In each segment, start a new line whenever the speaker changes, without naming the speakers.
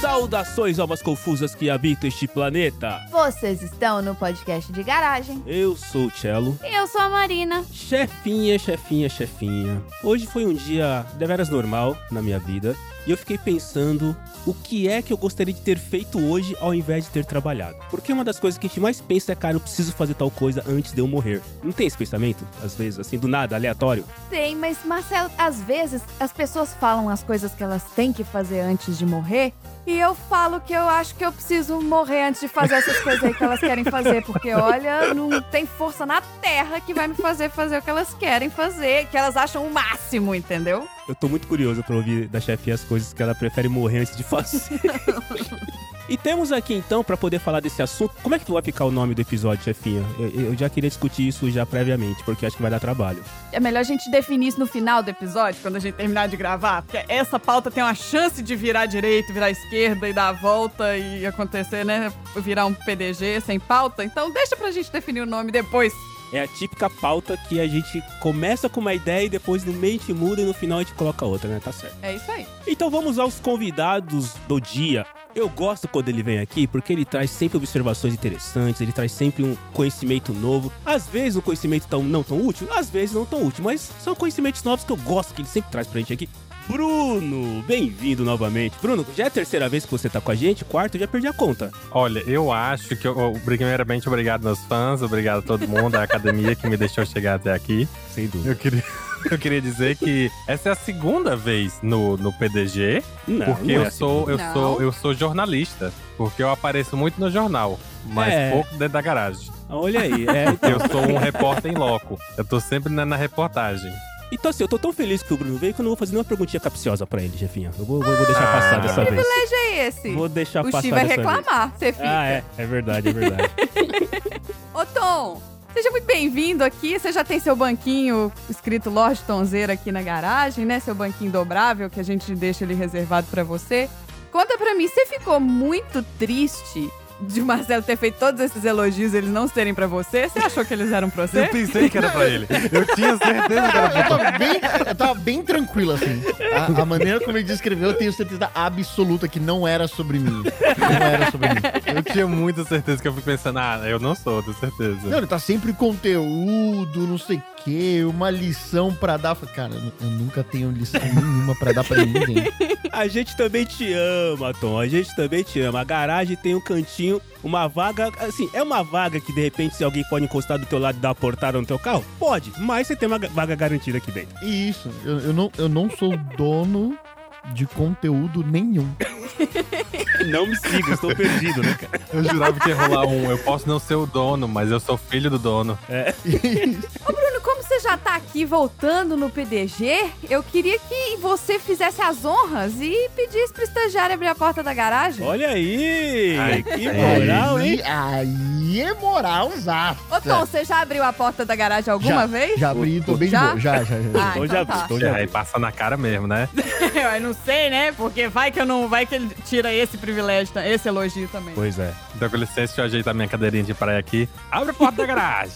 Saudações almas confusas que habitam este planeta.
Vocês estão no podcast de garagem.
Eu sou o Cello.
E eu sou a Marina.
Chefinha, chefinha, chefinha. Hoje foi um dia deveras normal na minha vida. E eu fiquei pensando o que é que eu gostaria de ter feito hoje ao invés de ter trabalhado. Porque uma das coisas que a gente mais pensa é, cara, eu preciso fazer tal coisa antes de eu morrer. Não tem esse pensamento? Às vezes, assim, do nada, aleatório.
Tem, mas Marcelo, às vezes as pessoas falam as coisas que elas têm que fazer antes de morrer. E eu falo que eu acho que eu preciso morrer antes de fazer essas coisas aí que elas querem fazer. Porque, olha, não tem força na terra que vai me fazer fazer o que elas querem fazer, que elas acham o máximo, entendeu?
Eu tô muito curioso pra ouvir da chefinha as coisas que ela prefere morrer antes de fazer. e temos aqui então, pra poder falar desse assunto, como é que vai ficar o nome do episódio, chefinha? Eu, eu já queria discutir isso já previamente, porque acho que vai dar trabalho.
É melhor a gente definir isso no final do episódio, quando a gente terminar de gravar, porque essa pauta tem uma chance de virar direito, virar esquerda e dar a volta e acontecer, né? Virar um PDG sem pauta. Então deixa pra gente definir o nome depois.
É a típica pauta que a gente começa com uma ideia e depois no meio a gente muda e no final a gente coloca outra, né? Tá certo.
É isso aí.
Então vamos aos convidados do dia. Eu gosto quando ele vem aqui porque ele traz sempre observações interessantes, ele traz sempre um conhecimento novo. Às vezes um conhecimento tão, não tão útil, às vezes não tão útil, mas são conhecimentos novos que eu gosto que ele sempre traz pra gente aqui. Bruno, bem-vindo novamente. Bruno, já é a terceira vez que você tá com a gente, quarto, eu já perdi a conta.
Olha, eu acho que, eu, eu- primeiramente, obrigado meus fãs, obrigado a todo mundo, a academia que me deixou chegar até aqui.
Sem dúvida.
Eu queria, eu queria dizer que essa é a segunda vez no, no PDG,
Não,
porque
não é
eu, sou, eu,
Não.
sou, eu sou jornalista, porque eu apareço muito no jornal, mas
É.
pouco dentro da garagem.
assim. Olha aí, é, então.
Eu sou um repórter em loco, eu tô sempre na, na reportagem.
Então, assim, eu tô tão feliz que o Bruno veio que eu não vou fazer nenhuma perguntinha capciosa pra ele, Jefinha. Eu vou, vou- vou deixar
Ah.
passar dessa vez.
É esse.
Vou deixar
O
passar
Chi vai
dessa vez.
reclamar, você fica.
Ah, é. É verdade, é verdade.
Ô Tom, seja muito bem-vindo aqui. Você já tem seu banquinho escrito Lorde Tonzeira aqui na garagem, né? Seu banquinho dobrável que a gente deixa ele reservado pra você. Conta pra mim, você ficou muito triste de o Marcelo ter feito todos esses elogios e eles não serem pra você? Você achou que eles eram pra
Eu
você?
pensei que era pra ele, eu tinha certeza que era pra
Eu tava bem, eu tava bem tranquilo, assim. A, a maneira como ele descreveu, eu tenho certeza absoluta que não era sobre mim. Não era sobre mim.
Eu tinha muita certeza que eu fui pensando, ah, eu não sou, tenho certeza.
Não, ele tá sempre conteúdo, não sei o quê, uma lição pra dar. Falei, Cara, eu- eu nunca tenho lição nenhuma pra dar pra ninguém.
A gente também te ama, Tom. A gente também te ama. A garagem tem um cantinho, uma vaga. Assim, é uma vaga que de repente, se alguém pode encostar do teu lado e dar uma portada no teu carro, pode. Mas você tem uma ga- vaga garantida aqui dentro.
E isso, eu, eu não, eu não sou dono de conteúdo nenhum.
Não me siga, estou perdido, né, cara?
Eu jurava que ia rolar um. Eu posso não ser o dono, mas eu sou filho do dono.
Bruno, como você já tá aqui voltando no PDG, eu queria que você fizesse as honras e pedisse pro estagiário abrir a porta da garagem.
Olha aí!
Ai,
que É moral, hein?
Aí, aí é moral usar.
Ô Tom, você já abriu a porta da garagem alguma
Já,
vez?
já abri, tô bem de
Já?
boa. Já, já, já.
Ah,
Então
então
já
tá.
então
É,
já
aí passa na cara mesmo, né?
Eu não sei, né? Porque vai que eu não. Vai que ele tira esse privilégio, esse elogio também.
Pois é.
Então, com licença, deixa eu ajeitar minha cadeirinha de praia aqui. Abre a porta da garagem.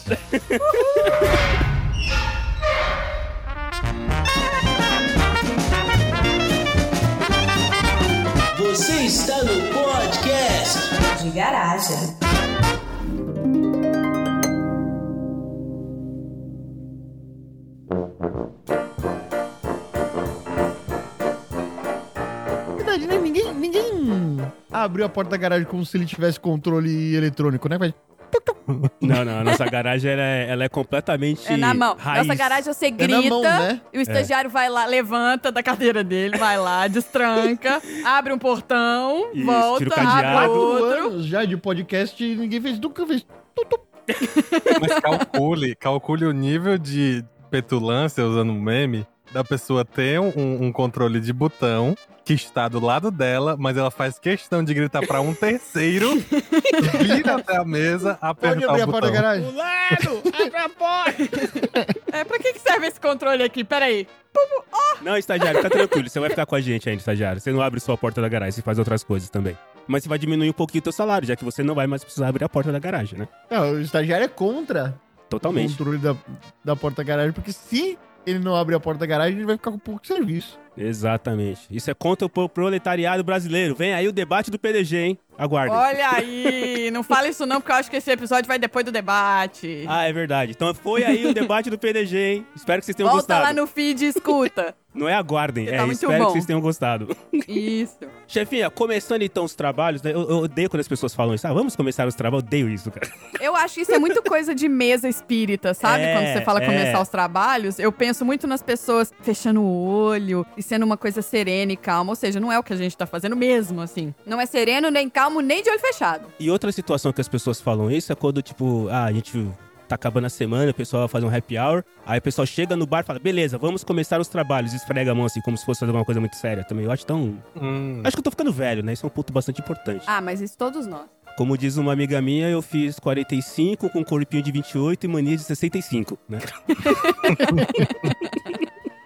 Você está no podcast
de garagem.
Verdade, né? Ninguém, ninguém abriu a porta da garagem como se ele tivesse controle eletrônico, né? Mas
Não, não, a nossa garagem ela é, ela é completamente.
É na mão.
Raiz.
Nossa garagem você
É
grita,
na mão, né?
e o estagiário vai lá, levanta da cadeira dele, vai lá, destranca, abre um portão,
Isso, tira o
volta, abre
cadeado.
quatro
outro.
anos já de podcast e ninguém fez, nunca fez.
Mas calcule, calcule o nível de petulância, usando um meme, da pessoa ter um, um controle de botão que está do lado dela, mas ela faz questão de gritar pra um terceiro vir até a mesa,
Pode
apertar
abrir
o
a porta da
tá botão.
garagem?
Fulano, abre a porta!
É, pra que, que serve esse controle aqui? Peraí.
Não, estagiário, tá tranquilo. Você vai ficar com a gente ainda, estagiário. Você não abre só a porta da garagem, você faz outras coisas também. Mas você vai diminuir um pouquinho o teu salário, já que você não vai mais precisar abrir a porta da garagem, né?
Não, o estagiário é contra
Totalmente.
o controle da, da porta da garagem, porque se ele não abrir a porta da garagem, ele vai ficar com pouco serviço.
Exatamente. Isso é contra o pro- proletariado brasileiro. Vem aí o debate do PDG, hein? Aguardem.
Olha aí, não fala isso não, porque eu acho que esse episódio vai depois do debate.
Ah, é verdade. Então foi aí o debate do PDG, hein? Espero que vocês tenham
Volta
gostado.
lá no feed e escuta.
Não é aguardem,
Tá
é
muito
espero
bom.
que vocês tenham gostado.
Isso.
Chefinha, começando então os trabalhos, né? Eu, eu odeio quando as pessoas falam isso. Ah, vamos começar os trabalhos, eu odeio isso, cara.
Eu acho que isso é muito coisa de mesa espírita, sabe?
É,
Quando você fala
é.
começar os trabalhos, eu penso muito nas pessoas fechando o olho e sendo uma coisa serena e calma. Ou seja, não é o que a gente tá fazendo mesmo, assim.
Não é sereno, nem calmo, nem de olho fechado.
E outra situação que as pessoas falam isso é quando, tipo, ah, a gente tá acabando a semana, o pessoal vai fazer um happy hour, aí o pessoal chega no bar e fala, beleza, vamos começar os trabalhos, e esfrega a mão assim, como se fosse fazer uma coisa muito séria também. Eu acho tão.
Hum.
Acho que eu tô ficando velho, né? Isso é um ponto bastante importante.
Ah, mas isso todos nós.
Como diz uma amiga minha, eu fiz 45 com um corpinho de 28 e mania de 65, né?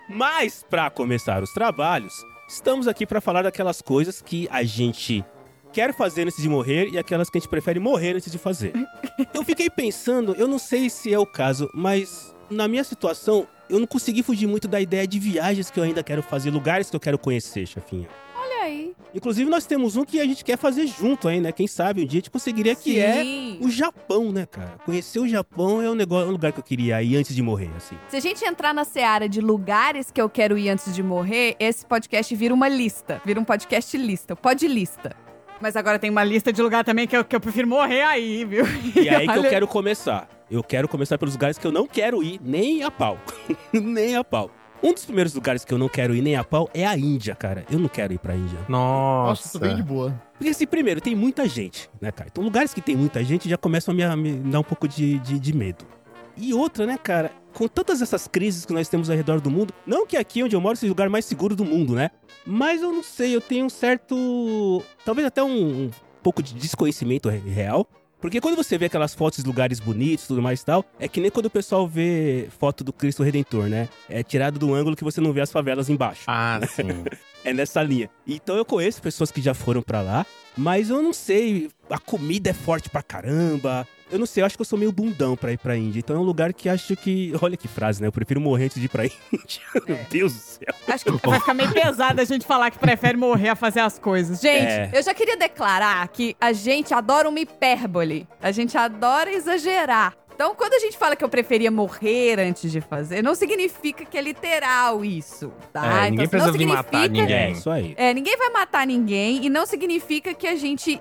Mas pra começar os trabalhos, estamos aqui pra falar daquelas coisas que a gente quer fazer antes de morrer e aquelas que a gente prefere morrer antes de fazer. Eu fiquei pensando, eu não sei se é o caso, mas na minha situação, eu não consegui fugir muito da ideia de viagens que eu ainda quero fazer, lugares que eu quero conhecer, chefinha.
Olha aí.
Inclusive, nós temos um que a gente quer fazer junto aí, né? Quem sabe um dia a gente conseguiria, que é
Sim.
o Japão, né, cara? Conhecer o Japão é um, negócio, é um lugar que eu queria ir antes de morrer, assim.
Se a gente entrar na seara de lugares que eu quero ir antes de morrer, esse podcast vira uma lista. Vira um podcast lista, pod lista.
Mas agora tem uma lista de lugar também que eu, que eu prefiro morrer aí, viu?
E é aí que eu
Olha.
quero começar. Eu quero começar pelos lugares que eu não quero ir, nem a pau. nem a pau. Um dos primeiros lugares que eu não quero ir nem a pau é a Índia, cara. Eu não quero ir pra Índia.
Nossa,
Nossa.
tô bem de boa.
Porque assim, primeiro, tem muita gente, né, cara? Então, lugares que tem muita gente já começam a me, a me dar um pouco de, de, de medo. E outra, né, cara? Com todas essas crises que nós temos ao redor do mundo, não que aqui onde eu moro seja o lugar mais seguro do mundo, né? Mas eu não sei, eu tenho um certo. Talvez até um, um pouco de desconhecimento re- real. Porque quando você vê aquelas fotos de lugares bonitos e tudo mais e tal, é que nem quando o pessoal vê foto do Cristo Redentor, né? É tirado do ângulo que você não vê as favelas embaixo.
Ah, sim.
É nessa linha. Então eu conheço pessoas que já foram pra lá, mas eu não sei. A comida é forte pra caramba. Eu não sei, eu acho que eu sou meio bundão pra ir pra Índia. Então é um lugar que acho que. Olha que frase, né? Eu prefiro morrer antes de ir pra Índia.
É.
Meu Deus do céu.
Acho que vai ficar meio pesado a gente falar que prefere morrer a fazer as coisas. Gente,
É.
Eu já queria declarar que a gente adora uma hipérbole. A gente adora exagerar. Então, quando a gente fala que eu preferia morrer antes de fazer, não significa que é literal isso, tá?
É,
Então,
ninguém
não
precisa vir matar
significa-
ninguém.
É, isso aí.
É, ninguém vai matar ninguém e não significa que a gente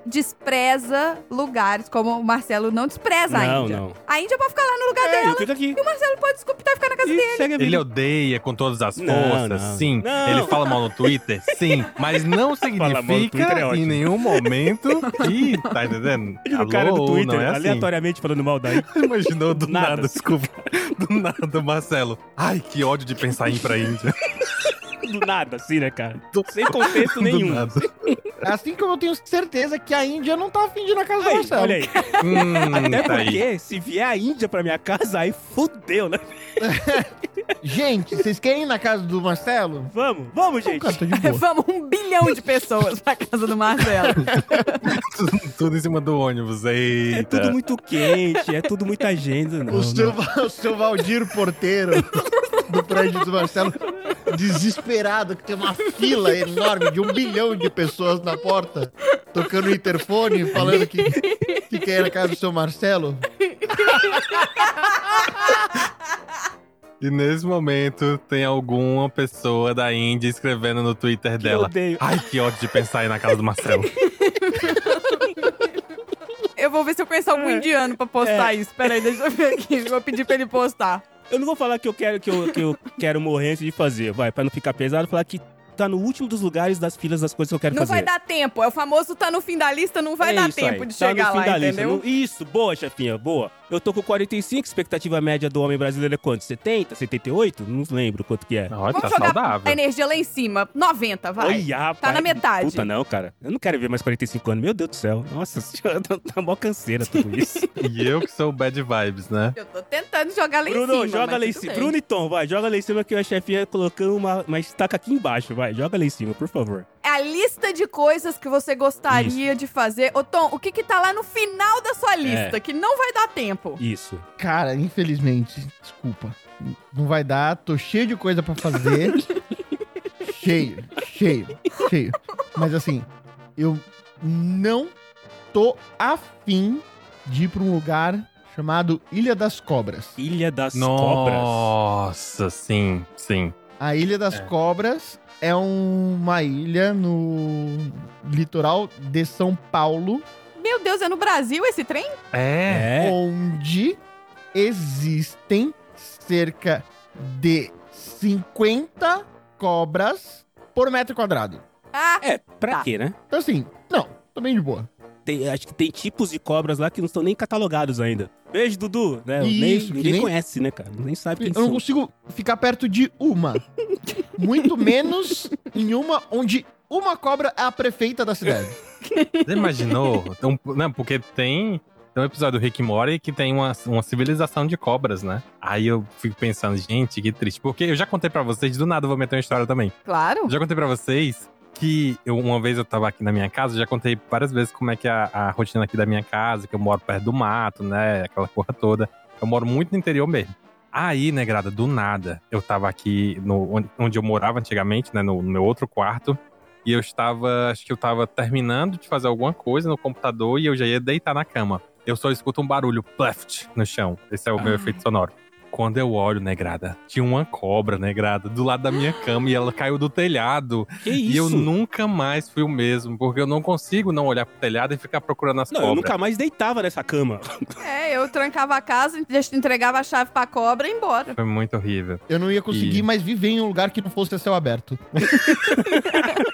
despreza lugares, como o Marcelo não despreza É a
Não,
Índia.
não.
A Índia pode ficar lá no lugar
É,
dela,
eu fico aqui.
não pode desculpa, ficar na casa dele.
E segue a
Ele
vida.
odeia com todas as
Não,
forças,
não.
sim.
Não.
Ele fala mal no Twitter, sim. Mas
Fala
não
mal no
significa
Twitter é ótimo.
em nenhum momento que. Tá entendendo?
O cara do
Alô,
Twitter,
não é assim.
aleatoriamente falando mal daí.
Imaginou do
Nada.
nada. desculpa. Do nada, Marcelo. Ai, que ódio de pensar em ir pra Índia.
Do nada, assim, né, cara?
Do-
Sem contexto
Do
nenhum.
nada.
Assim como eu tenho certeza que a Índia não tá afim de ir na casa do
Aí,
Marcelo.
olha aí.
Hum,
Até
tá aí.
porque, se vier a Índia pra minha casa, aí fudeu, né?
Gente, vocês querem ir na casa do Marcelo?
Vamos, vamos, gente.
Cara, tô de boa.
vamos um bilhão de pessoas pra casa do Marcelo.
Tudo, tudo em cima do ônibus. Eita.
É tudo muito quente, é tudo muita agenda. Não,
o, seu,
não.
o seu Valdir Porteiro do prédio do Marcelo, desesperado, que tem uma fila enorme de um bilhão de pessoas na porta, tocando o interfone, falando que, que quer ir na casa do seu Marcelo.
E nesse momento tem alguma pessoa da Índia escrevendo no Twitter dela.
odeio.
Ai, que ódio de pensar em ir na casa do Marcelo.
Eu vou ver se eu conheço algum indiano pra postar isso. Peraí, deixa eu ver aqui. Vou pedir pra ele postar.
Eu não vou falar que eu quero que eu, que eu quero morrer antes de fazer, vai, pra não ficar pesado, falar que tá no último dos lugares das filas das coisas que eu quero
Não
fazer.
vai dar tempo. É o famoso tá no fim da lista, não vai
É
dar
isso aí,
tempo de
tá no
chegar
fim
lá,
da lista,
entendeu?
não- Isso, boa, chefinha, boa. Eu tô com 45, expectativa média do homem brasileiro é quanto? 70, 78? Não lembro quanto que é.
Olha, tá
Vamos jogar
saudável.
a energia lá em cima. 90, vai.
Olha,
tá
rapaz.
na metade.
Puta, não, cara. Eu não quero ver mais 45 anos. Meu Deus do céu. Nossa senhora, tá, tá mó canseira tudo isso.
E eu que sou o bad vibes, né?
Eu tô tentando jogar lá em
Bruno,
cima.
joga
mas
lá em
tudo
cima.
bem.
Bruno e Tom, vai. Joga lá em cima que a chefinha colocando uma, uma estaca aqui embaixo, vai. Joga lá em cima, por favor.
é a lista de coisas que você gostaria de fazer. Ô, Tom, o que que tá lá no final da
É.
sua lista, que não vai dar tempo?
Isso.
Cara, infelizmente, desculpa. Não vai dar, tô cheio de coisa pra fazer. cheio, cheio, cheio. Mas assim, eu não tô afim de ir pra um lugar chamado Ilha das Cobras.
Ilha das Cobras.
Nossa, sim, sim.
A Ilha das Cobras é uma ilha no litoral de São Paulo,
Meu Deus, é no Brasil esse trem?
É.
É.
onde existem cerca de 50 cobras por metro quadrado.
Ah,
É, pra
Tá.
quê, né?
Então assim, não, também de boa.
Tem- acho que tem tipos de cobras lá que não estão nem catalogados ainda. Beijo, Dudu. Né? nem,
Isso, que
ninguém
nem-
conhece, né, cara? Nem sabe quem
Eu não
são.
consigo ficar perto de uma. Muito menos em uma onde uma cobra é a prefeita da cidade.
Você imaginou? Então, não, porque tem, tem um episódio do Rick e Morty que tem uma, uma civilização de cobras, né? Aí eu fico pensando, gente, que triste. Porque eu já contei pra vocês, do nada eu vou meter uma história também.
claro.
Já contei pra vocês que eu, uma vez eu tava aqui na minha casa, já contei várias vezes como é que é a, a rotina aqui da minha casa, que eu moro perto do mato, né? Aquela porra toda. Eu moro muito no interior mesmo. Aí, né, Grada, do nada, eu tava aqui no, onde, onde eu morava antigamente, né? No, no meu outro quarto. E eu estava, acho que eu tava terminando de fazer alguma coisa no computador e eu já ia deitar na cama. Eu só escuto um barulho, pleft, no chão. Esse é o meu efeito sonoro. Quando eu olho, negrada, tinha uma cobra, negrada, do lado da minha cama e ela caiu do telhado.
Que
E eu
isso?
nunca mais fui o mesmo, porque eu não consigo não olhar pro telhado e ficar procurando as
Não, eu
cobras.
nunca mais deitava nessa cama.
É, eu trancava a casa, deixa- entregava a chave pra cobra e ia embora.
Foi muito horrível.
Eu não ia conseguir
E-
mais viver em um lugar que não fosse a céu aberto.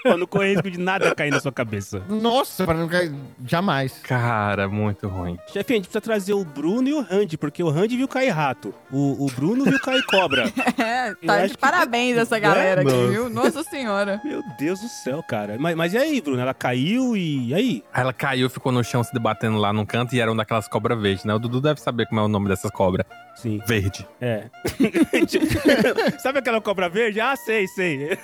Pô, não corre risco de nada cair na sua cabeça.
Nossa, para não cair. Jamais.
Cara, muito ruim.
Chefinho, a gente precisa trazer o Bruno e o Randy, porque o Randy viu cair rato. O, o Bruno viu cair cobra.
É,
Eu
tá
acho
de
que- né?
parabéns essa galera aqui,
Nossa.
viu? Nossa senhora.
Meu Deus do céu, cara. Mas, mas e aí, Bruno? Ela caiu e, e aí?
Aí Ela caiu, ficou no chão se debatendo lá num canto e era uma daquelas cobras verdes, né? O Dudu deve saber como é o nome dessas cobras.
Sim.
Verde.
É. Tipo, Sabe aquela cobra verde? Ah, sei, sei.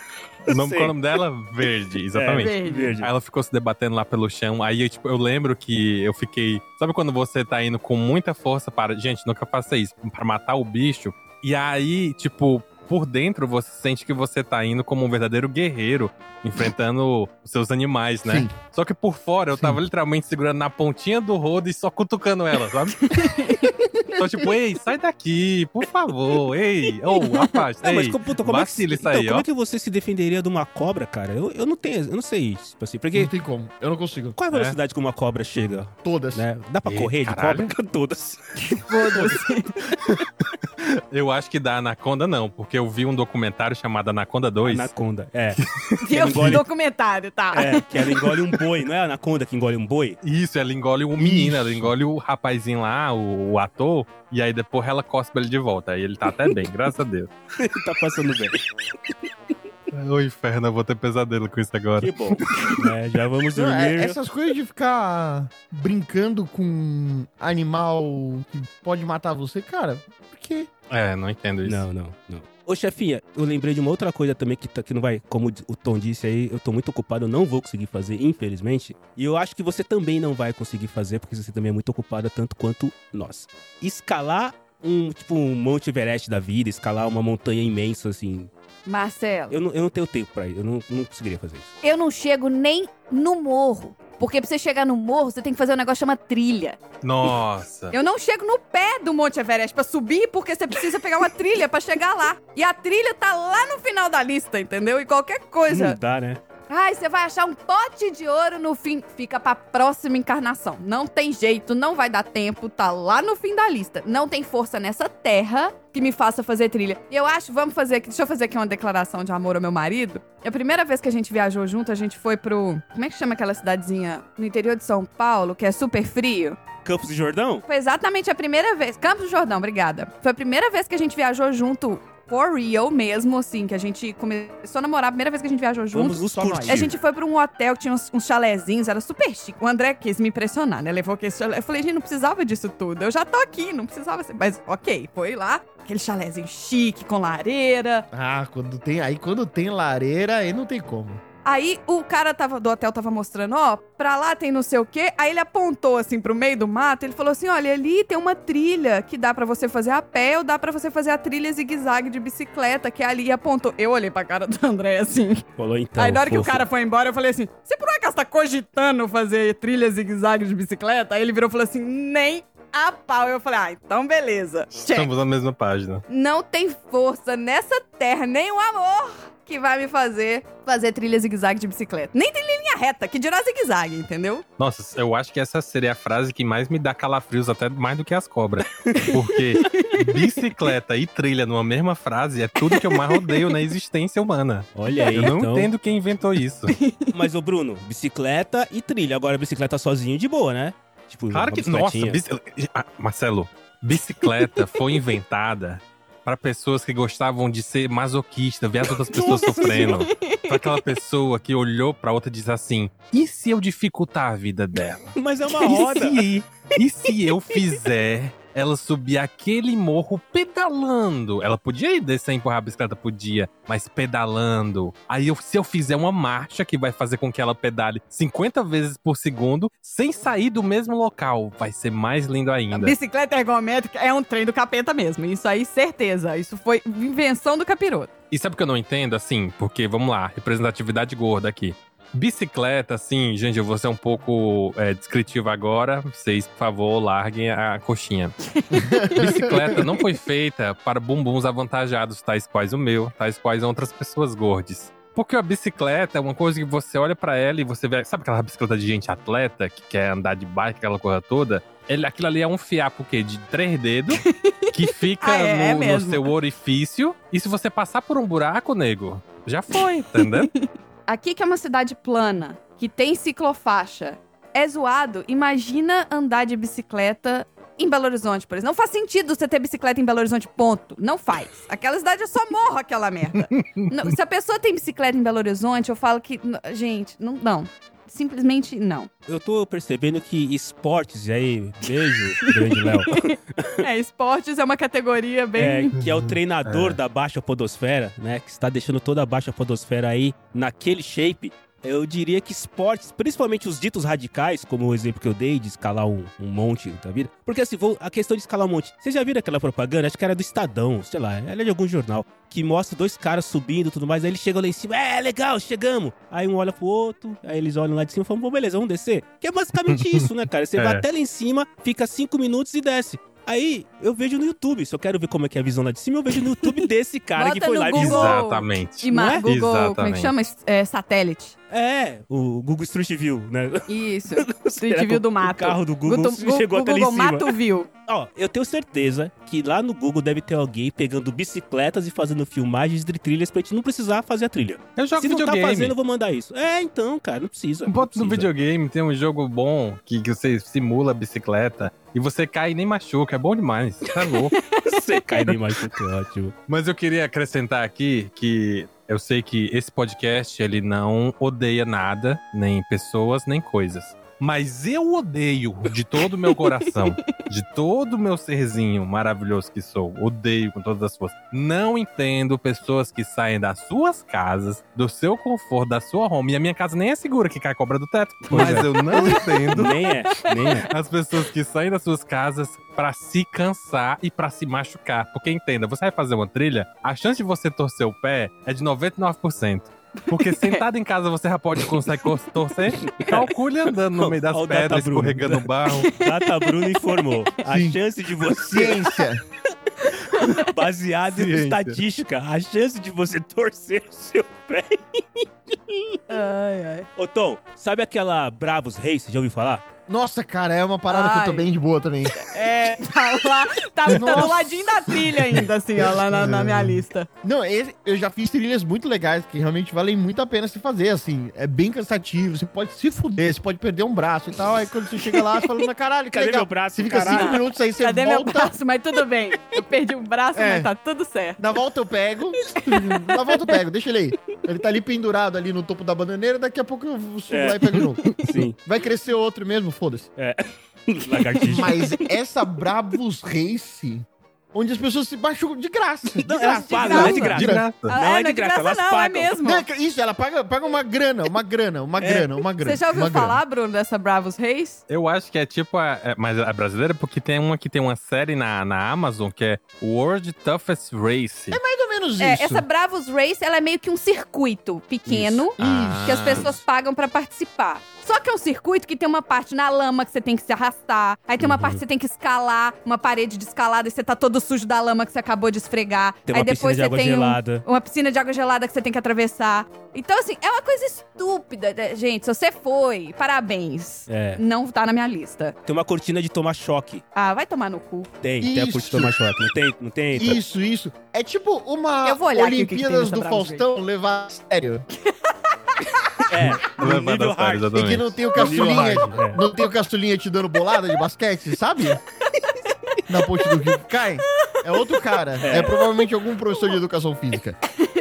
O nome,
Sei. É,
qual é o nome dela? Verde, exatamente.
Verde.
Verde. Ah,
Aí ela ficou se debatendo lá pelo chão. Aí eu, tipo, eu lembro que eu fiquei. Sabe quando você tá indo com muita força para. Gente, nunca faça isso. Pra matar o bicho. E aí, tipo, por dentro você sente que você tá indo como um verdadeiro guerreiro, enfrentando os seus animais, né?
Sim.
Só que por fora eu tava literalmente segurando na pontinha do rodo e só cutucando ela, sabe? Só tipo, ei, sai daqui, por favor, ei, ô, rapaz,
Não,
ei,
mas como- puta, como, é que,
vacila isso
então,
aí,
como
ó.
é que você se defenderia de uma cobra, cara? Eu, eu não tenho, eu não sei isso, tipo assim,
Não
porque
tem como. Eu não consigo.
qual é a velocidade que uma cobra chega,
Todas.
né? Dá pra
Hum. Ih,
correr de
caralho.
cobra? Todas.
Eu acho que da Anaconda não, porque eu vi um documentário chamado Anaconda 2.
Anaconda, é.
Eu vi
engole-
documentário, tá?
É, que ela engole um boi, não é a anaconda que engole um boi?
Isso, ela engole o menino,
Isso.
ela engole o rapazinho lá, o, o ator, e aí depois ela cospe ele de volta. Aí ele tá até bem, graças a Deus.
tá passando bem.
Ô É inferno, eu vou ter pesadelo com isso agora.
Que bom. É, já vamos
Não, é-
dormir.
essas coisas de ficar brincando com animal que pode matar você, cara, por quê?
É, não entendo isso.
Não, não, não. Ô, chefinha, eu lembrei de uma outra coisa também que, tá- que não vai, como o Tom disse aí, eu tô muito ocupado, eu não vou conseguir fazer, infelizmente. E eu acho que você também não vai conseguir fazer, porque você também é muito ocupada, tanto quanto nós. Escalar um, tipo, um Monte Everest da vida, escalar uma montanha imensa, assim.
Marcelo,
Eu não, eu não tenho tempo pra ir, eu não, não conseguiria fazer isso.
eu não chego nem no morro. Porque pra você chegar no morro, você tem que fazer um negócio chamado trilha.
Nossa.
Tá.
Eu não chego no pé do Monte Everest pra subir, porque você precisa pegar uma trilha pra chegar lá. E a trilha tá lá no final da lista, entendeu? E qualquer
Não
coisa.
dá, né?
Ai, você vai achar um pote de ouro no fim.
Fica pra próxima encarnação. Não tem jeito, não vai dar tempo, tá lá no fim da lista. Não tem força nessa terra que me faça fazer trilha. E eu acho, vamos fazer aqui, deixa eu fazer aqui uma declaração de amor ao meu marido. É a primeira vez que a gente viajou junto, a gente foi pro. Como é que chama aquela cidadezinha no interior de São Paulo, que é super frio?
Campos do Jordão?
Foi exatamente a primeira vez. Campos do Jordão, obrigada. Foi a primeira vez que a gente viajou junto, for real mesmo, assim, que a gente começou a namorar, a primeira vez que a gente viajou junto.
Vamos nos
só nós.
curtir.
A gente foi pra um hotel que tinha uns, uns chalezinhos, era super chique. O André quis me impressionar, né? Levou aquele chalé. Eu falei, gente, não precisava disso tudo. Eu já tô aqui, não precisava ser. Mas ok, foi lá. Aquele chalézinho chique, com lareira.
Ah, quando tem. Aí quando tem lareira, aí não tem como.
Aí o cara tava, do hotel tava mostrando, ó, pra lá tem não sei o quê. Aí ele apontou assim pro meio do mato, ele falou assim: "Olha, ali tem uma trilha que dá pra você fazer a pé ou dá pra você fazer a trilha zigue-zague de bicicleta, que é ali e apontou". Eu olhei pra cara do André assim.
Falou então.
aí na hora que o
fofo.
cara foi embora, eu falei assim: "Você por acaso tá cogitando fazer trilha zigue-zague de bicicleta?". Aí ele virou e falou assim: "Nem a pau". Eu falei: "Ah, então beleza". Check.
Estamos na mesma página.
Não tem força nessa terra, nem o amor que vai me fazer fazer trilha zigue-zague de bicicleta. Nem tem linha reta, que dirá zigue-zague, entendeu?
Nossa, eu acho que essa seria a frase que mais me dá calafrios, até mais do que as cobras. Porque bicicleta e trilha numa mesma frase é tudo que eu mais odeio na existência humana.
Olha aí,
Eu não
então.
entendo quem inventou isso.
Mas, ô Bruno, bicicleta e trilha. Agora, bicicleta sozinho de boa, né? Tipo,
Claro
uma
que. Nossa,
bicicletinha.
bici- Ah, Marcelo, bicicleta foi inventada pra pessoas que gostavam de ser masoquista, ver as outras pessoas sofrendo. Pra aquela pessoa que olhou pra outra e disse assim: e se eu dificultar a vida dela?
Mas é uma
E
roda.
se, e se eu fizer ela subir aquele morro pedalando? Ela podia ir descer e empurrar a bicicleta, podia, mas pedalando. Aí eu- se eu fizer uma marcha que vai fazer com que ela pedale 50 vezes por segundo, sem sair do mesmo local, vai ser mais lindo
A
ainda.
bicicleta ergométrica é um trem do capeta mesmo. Isso aí, certeza. Isso foi invenção do capiroto.
E sabe o que eu não entendo, assim? Porque, vamos lá, representatividade gorda aqui. Bicicleta, assim, gente, eu vou ser um pouco é, descritivo agora. Vocês, por favor, larguem a coxinha. Bicicleta não foi feita para bumbuns avantajados, tais quais o meu, tais quais outras pessoas gordas. Porque a bicicleta é uma coisa que você olha pra ela e você vê. Sabe aquela bicicleta de gente atleta que quer andar de bike, aquela coisa toda? Ele, aquilo ali é um fiapo o quê? De três dedos que fica
Ah, é, é
no- no
mesmo.
seu orifício. E se você passar por um buraco, nego, já foi, entendeu?
Aqui que é uma cidade plana, que tem ciclofaixa, é zoado, imagina andar de bicicleta em Belo Horizonte, por exemplo. Não faz sentido você ter bicicleta em Belo Horizonte, ponto. Não faz. Aquela cidade é só morro, aquela merda. Não, se a pessoa tem bicicleta em Belo Horizonte, eu falo que, n- gente, não, não. Simplesmente não.
Eu tô percebendo que esportes, e aí, beijo, grande Léo,
É, esportes é uma categoria
é,
bem.
que é o treinador da baixa podosfera, né, que está deixando toda a baixa podosfera aí naquele shape. Eu diria que esportes, principalmente os ditos radicais, como o exemplo que eu dei de escalar um, um monte, tá vendo? Porque assim, vou- a questão de escalar um monte. Vocês já viram aquela propaganda? Acho que era do Estadão, sei lá, era de algum jornal, que mostra dois caras subindo e tudo mais, aí eles chegam lá em cima, é legal, chegamos. Aí um olha pro outro, aí eles olham lá de cima e falam, bom, beleza, vamos descer. Que é basicamente isso, né, cara? Você
É.
vai até lá em cima, fica cinco minutos e desce. Aí eu vejo no YouTube, se eu quero ver como é que é a visão lá de cima, eu vejo no YouTube desse cara que
Bota
foi
no
lá e
Google.
visou.
Exatamente.
Ima-
Não é?
Google, como é que
Exatamente.
chama? É, satélite.
É, o Google Street View, né?
Isso.
Será
Street
que
View
o-
do
O
mato.
carro do Google
Guto- Gu-
chegou até lá em
Google
cima.
Mato View.
Ó, eu tenho certeza que lá no Google deve ter alguém pegando bicicletas e fazendo filmagens de trilhas pra gente não precisar fazer a trilha.
Eu jogo
Se não
videogame.
tá fazendo, eu vou mandar isso. É, então, cara, não precisa. não
Bota no
precisa.
videogame, tem um jogo bom que, que você simula a bicicleta e você cai e nem machuca. É bom demais. Tá louco.
Você cai na imagem, que é ótimo.
Mas eu queria acrescentar aqui que eu sei que esse podcast ele não odeia nada, nem pessoas, nem coisas. Mas eu odeio de todo o meu coração, de todo o meu serzinho maravilhoso que sou. Odeio com todas as forças. Não entendo pessoas que saem das suas casas, do seu conforto, da sua home. E a minha casa nem é segura que cai cobra do teto.
Pois
mas
é.
eu não entendo
Nem é, nem é.
as pessoas que saem das suas casas pra se cansar e pra se machucar. Porque entenda, você vai fazer uma trilha, a chance de você torcer o pé é de 99%. Porque sentado em casa você já pode consegue cor- torcer. Calcule andando no meio das
Olha o
pedras,
Data Bruno.
escorregando o barro.
Data Bruno informou. A
Sim.
chance de você,
Ciência.
baseado em
Ciência.
estatística, a chance de você torcer o seu pé.
Ai, ai.
Ô, Tom, sabe aquela Bravos Race? Já ouviu falar?
Nossa, cara, é uma parada que eu tô
Ai.
bem de boa também.
É, tá lá. Tá, tá do
Nossa.
ladinho da trilha ainda, assim, ó, lá na, na
É.
minha lista.
Não, esse- eu já fiz trilhas muito legais que realmente valem muito a pena se fazer, assim. É bem cansativo, você pode se fuder, você pode perder um braço e tal. Aí quando você chega lá, você fala, "Mas caralho, que
Cadê
legal."
meu braço,
Você fica assim,
caralho?
cinco minutos, aí você
Cadê meu
volta.
braço? Mas tudo bem. Eu perdi um braço,
É.
mas tá tudo certo.
Na volta eu pego. Na volta eu pego, deixa ele aí. Ele tá ali pendurado ali no topo da bananeira, daqui a pouco eu subo
É.
lá e pego de novo.
Sim.
Vai crescer outro mesmo, foda-se.
Lagartixa.
Mas essa Bravos Race onde as pessoas se machucam de graça. De
Não, elas
graça.
pagam, não é de graça.
De graça.
Não é de graça, elas
não, é
pagam.
mesmo.
Não, é que- isso, ela paga, paga uma grana, uma grana,
É.
uma grana, uma grana.
Você já ouviu
uma grana.
falar, Bruno, dessa Bravos Reis?
Eu acho que é tipo a. é, mas a brasileira, porque tem uma que tem uma série na, na Amazon que é World Toughest Race.
Mais ou menos
É,
isso.
essa Bravos Race, ela é meio que um circuito pequeno
Isso.
que as
Ah.
pessoas pagam pra participar. Só que é um circuito que tem uma parte na lama que você tem que se arrastar, aí
Uhum.
tem uma parte que você tem que escalar, uma parede de escalada e você tá todo sujo da lama que você acabou de esfregar.
Tem
aí
uma piscina
depois
de
você
água
tem um-
gelada.
uma piscina de água gelada que você tem que atravessar. Então assim, é uma coisa estúpida, né, gente. Se você foi, parabéns.
É.
Não tá na minha lista.
Tem uma cortina de tomar choque.
Ah, vai tomar no cu.
Tem, tem a cortina de
Isso.
tomar choque. Não tem? Não tem? Tá.
Isso, isso. É tipo uma
Eu vou olhar aqui o que que tem
Olimpíadas
nessa
do
Bravos
Faustão levar a sério.
É, no
Levada
nível hard.
a sério,
E É que
exatamente.
não tem o
Nível
caçulinha,
hard, é.
não tem o caçulinha te dando bolada de basquete, sabe? Na ponte do Rio que cai. É outro cara. É. provavelmente algum professor de educação física.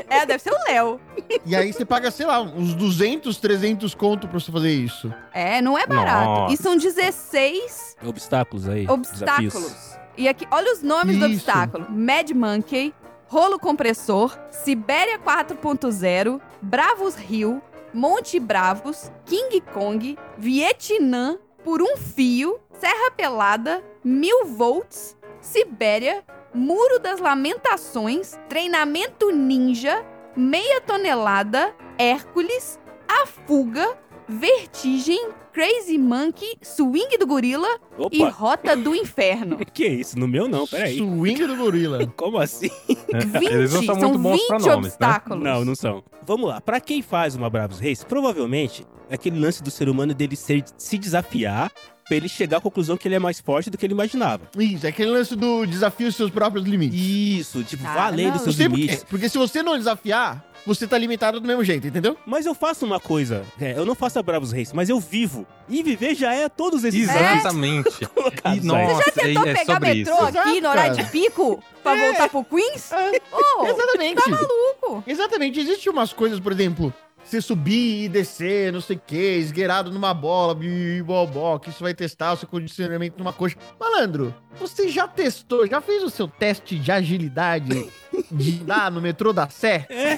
É, deve ser o Léo.
E aí você paga, sei lá, uns 200, 300 conto pra você fazer isso.
É, não é barato.
Nossa.
E são 16
Obstáculos aí.
Obstáculos.
Desafios.
E aqui, olha os nomes do
Isso.
obstáculo: Mad Monkey, Rolo Compressor, Sibéria 4.0, Bravos Rio, Monte Bravos, King Kong, Vietnã, Por um Fio, Serra Pelada, Mil Volts, Sibéria, Muro das Lamentações, Treinamento Ninja, Meia Tonelada, Hércules, A Fuga, Vertigem, Crazy Monkey, Swing do Gorila e
Opa,
Rota do Inferno.
que isso? No meu não, peraí.
Swing do gorila.
Como assim?
20,
Eles não são
são,
muito bons
20
pra nomes, né?
obstáculos.
Não, não são. Vamos lá. Pra quem faz uma Bravos Reis, provavelmente é aquele lance do ser humano dele ser, se desafiar pra ele chegar à conclusão que ele é mais forte do que ele imaginava.
Isso, é aquele lance do desafio aos seus próprios limites.
Isso, tipo,
Cara,
valendo
não.
seus
Você- porque,
limites.
porque se você não desafiar, você tá limitado do mesmo jeito, entendeu?
Mas eu faço uma coisa. é, eu não faço a Bravos Reis, mas eu vivo. E viver já é todos esses
Exatamente.
É.
colocados aí.
E, nossa,
Tentou
é, é
tá pegar
sobre
metrô
isso.
aqui no horário
Exato, É. Ah.
de pico pra voltar pro Queens? Ô, tá
Exatamente.
maluco!
Exatamente. Existem umas coisas, por exemplo, você subir e descer, não sei o quê, esgueirado numa bola, bi- bobó, que isso vai testar o seu condicionamento numa coxa. Malandro, você já testou, já fez o seu teste de agilidade de andar no metrô da Sé?
É.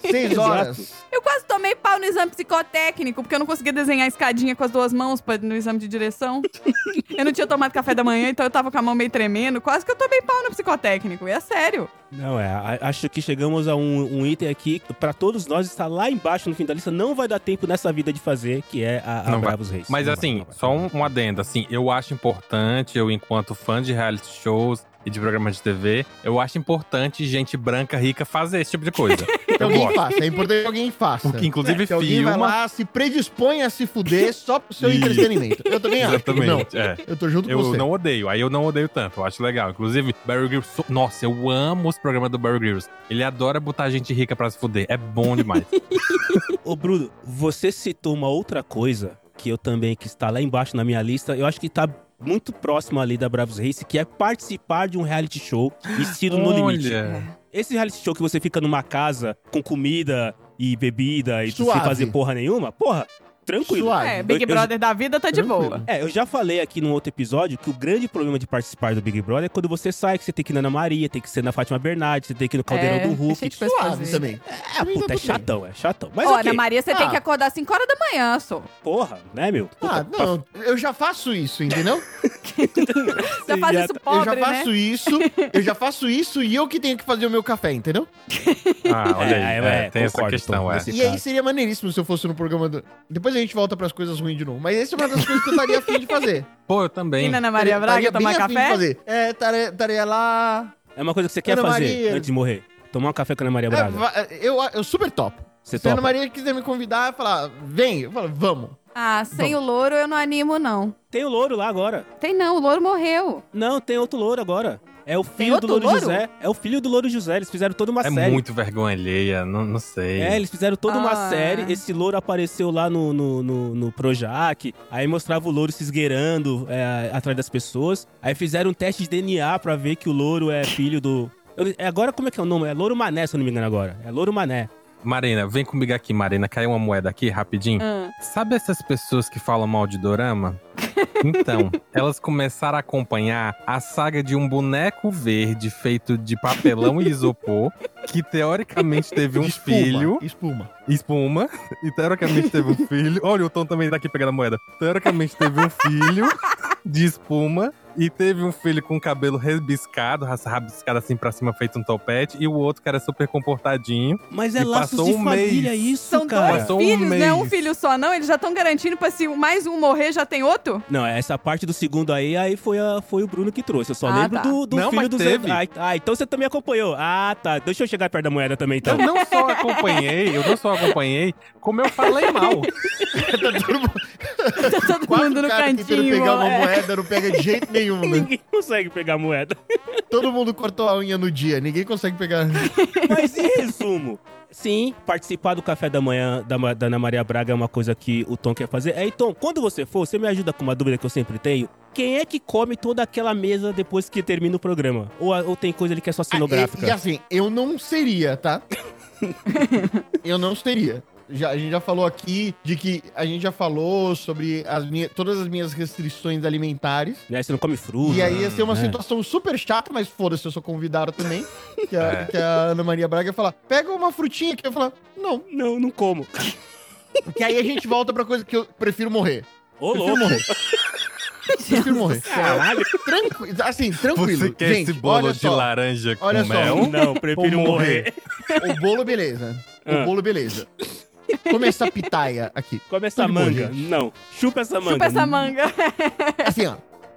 Seis
Exato.
horas.
Eu quase tomei pau no exame psicotécnico, porque eu não conseguia desenhar a escadinha com as duas mãos pra, no exame de direção. eu não tinha tomado café da manhã, então eu tava com a mão meio tremendo. Quase que eu tomei pau no psicotécnico. E é sério.
Não, é. a- Acho que chegamos a um, um item aqui que pra todos nós está lá embaixo no fim da lista. Não vai dar tempo nessa vida de fazer, que é a, a
Não vai.
Bravos Reis.
Mas
Não vai,
assim,
não vai.
só um, um adendo, assim, eu acho importante, eu enquanto fã de reality shows e de programas de TV, eu acho importante gente branca rica fazer esse tipo de coisa.
Que
eu
alguém
gosto.
faça. É importante que alguém faça.
Porque inclusive
É, que alguém vai
filma.
lá, se predispõe a se fuder só pro seu
Isso.
entretenimento. Eu também acho. Não,
Exatamente. é.
eu tô junto
Eu
com você.
não odeio, aí eu não odeio tanto, eu acho legal. Inclusive, Barry Grylls, so- nossa, eu amo os programas do Barry Grylls. Ele adora botar gente rica pra se fuder, é bom demais.
Ô, Bruno, você citou uma outra coisa que eu também, que está lá embaixo na minha lista, eu acho que tá muito próximo ali da Bravos Race, que é participar de um reality show estilo No Limite.
Olha,
Esse reality show que você fica numa casa com comida e bebida e sem
Suave.
fazer porra nenhuma, porra, tranquilo.
Suave.
É,
Eu-
Big
eu-
Brother da vida tá de
Ah, Tranquilo.
boa.
É, eu já falei aqui num outro episódio que o grande problema de participar do Big Brother é quando você sai, que você tem que ir na Ana Maria, tem que ser na Fátima Bernardes, você tem que ir no Caldeirão
É,
do
é cheio
Hulk.
de coisa pra
Suave
fazer.
também.
É, puta, é chatão, é chatão. Mas
Ó,
ok,
Ana Maria, você tem
Ah.
que acordar 5 horas da manhã, só.
porra, né, meu? Puta,
Ah, não, eu já faço isso, entendeu?
Já
Sim,
faz
já-
isso
é, eu
pobre,
já
né?
faço isso, eu já faço isso e eu que tenho que fazer o meu café, entendeu?
ah, olha aí,
É,
é,
é,
tem essa
concordo,
questão,
Tom,
é.
nesse
E aí
caso.
seria maneiríssimo se eu fosse no programa do... Depois a gente volta pras coisas ruins de novo, mas essa é uma das coisas que eu estaria afim de fazer.
Pô, eu
E
também.
é
na Ana Maria Braga
Estaria bem
tomar
afim de
café?
fazer. É, estaria- estaria lá...
É uma coisa que você quer
Ana
fazer
Maria.
antes de morrer. Tomar um café com a Ana Maria
É,
Braga.
va- eu, eu super topo.
Você
Se a Ana
topa.
Maria quiser me convidar e falar, vem, eu falo, vamos.
Ah, sem o louro eu não animo, não.
Tem o louro lá agora.
Tem não, o louro morreu.
Não, tem outro louro agora. É o filho do
outro
Louro,
louro?
José. É o filho do Louro José. Eles fizeram toda uma
É
série.
muito vergonha alheia, não, não sei.
É, eles fizeram toda uma
Ah.
série. Esse louro apareceu lá no, no, no, no Projac. Aí mostrava o louro se esgueirando é, atrás das pessoas. Aí fizeram um teste de DNA pra ver que o louro é filho do. Eu- é, agora como é que é o nome? É Louro Mané, se eu não me engano agora. É Louro Mané.
Marina, vem comigo aqui, Marina. Caiu uma moeda aqui, rapidinho.
Ah.
Sabe essas pessoas que falam mal de dorama? Então, elas começaram a acompanhar a saga de um boneco verde feito de papelão e isopor, que teoricamente teve um filho,
Espuma.
espuma, e teoricamente teve um filho. Olha, o Tom também tá aqui pegando a moeda. Teoricamente teve um filho de espuma, e teve um filho com cabelo rebiscado, ra- rabiscado assim pra cima, feito um topete, e o outro que era super comportadinho.
Mas é
E
laços de
passou um
família
mês.
isso,
São
cara.
dois
Passou um
filhos, não é um
mês.
filho só, não. Eles já estão garantindo pra se mais um morrer, já tem outro?
Não, essa parte do segundo aí, aí foi, a- foi o Bruno que trouxe. Eu só
Ah,
lembro
tá.
do, do
Não,
filho
mas
do
teve.
Ah, ah, então você também acompanhou. Ah, tá. Deixa eu chegar perto da moeda também, então.
Eu não só acompanhei, eu não só acompanhei, como eu falei mal.
tá todo mundo,
Tá todo
quatro
mundo no
caras tentando
cantinho.
pegar uma
é.
moeda, não pega de jeito nenhum, né?
Ninguém consegue pegar a moeda.
Todo mundo cortou a unha no dia, ninguém consegue pegar.
Mas em resumo, sim, participar do café da manhã da, Ma- da Ana Maria Braga é uma coisa que o Tom quer fazer. É, então, quando você for, você me ajuda com uma dúvida que eu sempre tenho. Quem é que come toda aquela mesa depois que termina o programa? Ou, a- ou tem coisa ali que é só
Ah, E, e
cenográfica?
assim, eu não seria, tá? eu não seria. Já, a gente já falou aqui de que a gente já falou sobre as minhas, todas as minhas restrições alimentares.
Né, Você não come fruta.
E aí ia ser uma
Uhum, é.
né?
situação super chata, mas foda-se, eu sou convidado também. Que a,
É.
que a Ana Maria Braga ia falar: pega uma frutinha aqui. Eu ia falar: não.
Não, não como.
Que aí a gente volta pra coisa que eu prefiro morrer.
Ô,
Prefiro
louco.
morrer. prefiro morrer.
Caralho.
Tranquilo. Assim, tranquilo.
Você quer
gente,
esse bolo
olha
de
só.
laranja com
olha só.
mel?
Não, prefiro
Ou
morrer.
O bolo, beleza.
Ah.
O bolo, beleza. Come essa pitaia aqui.
Come essa
Tudo bom,
manga.
gente.
não. Chupa essa manga.
Chupa essa manga.
Assim, ó.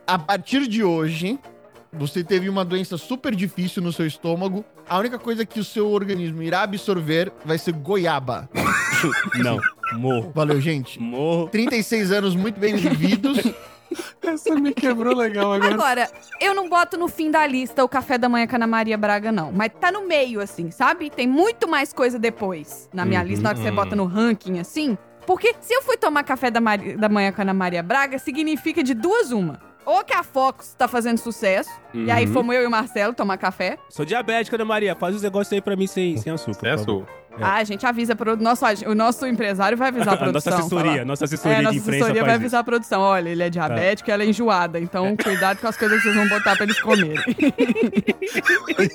A partir de hoje, você teve uma doença super difícil no seu estômago. A única coisa que o seu organismo irá absorver vai ser goiaba.
Não. Morro.
Valeu, gente.
Morro.
36 anos muito bem vividos.
Essa me quebrou legal agora.
Agora, eu não boto no fim da lista o café da manhã com a Ana Maria Braga, não. Mas tá no meio, assim, sabe? Tem muito mais coisa depois na minha
Uhum.
lista, na hora que você bota no ranking, assim. Porque se eu fui tomar café da, Mari- da manhã com a Ana Maria Braga, significa de duas uma. Ou que a Fox tá fazendo sucesso, e aí
Uhum.
fomos eu e o Marcelo tomar café.
Sou diabética, Ana Maria. Faz os negócios aí pra mim sem, sem açúcar. por favor.
Sucesso?
É.
Ah, a gente avisa pro nosso, ag- o nosso empresário vai avisar a
A
produção.
nossa assessoria,
fala.
nossa assessoria
é,
de
nossa
imprensa
assessoria vai
faz isso.
avisar a produção. Olha, ele é diabético e ela é enjoada. Então, cuidado com as coisas que vocês vão botar pra eles comerem.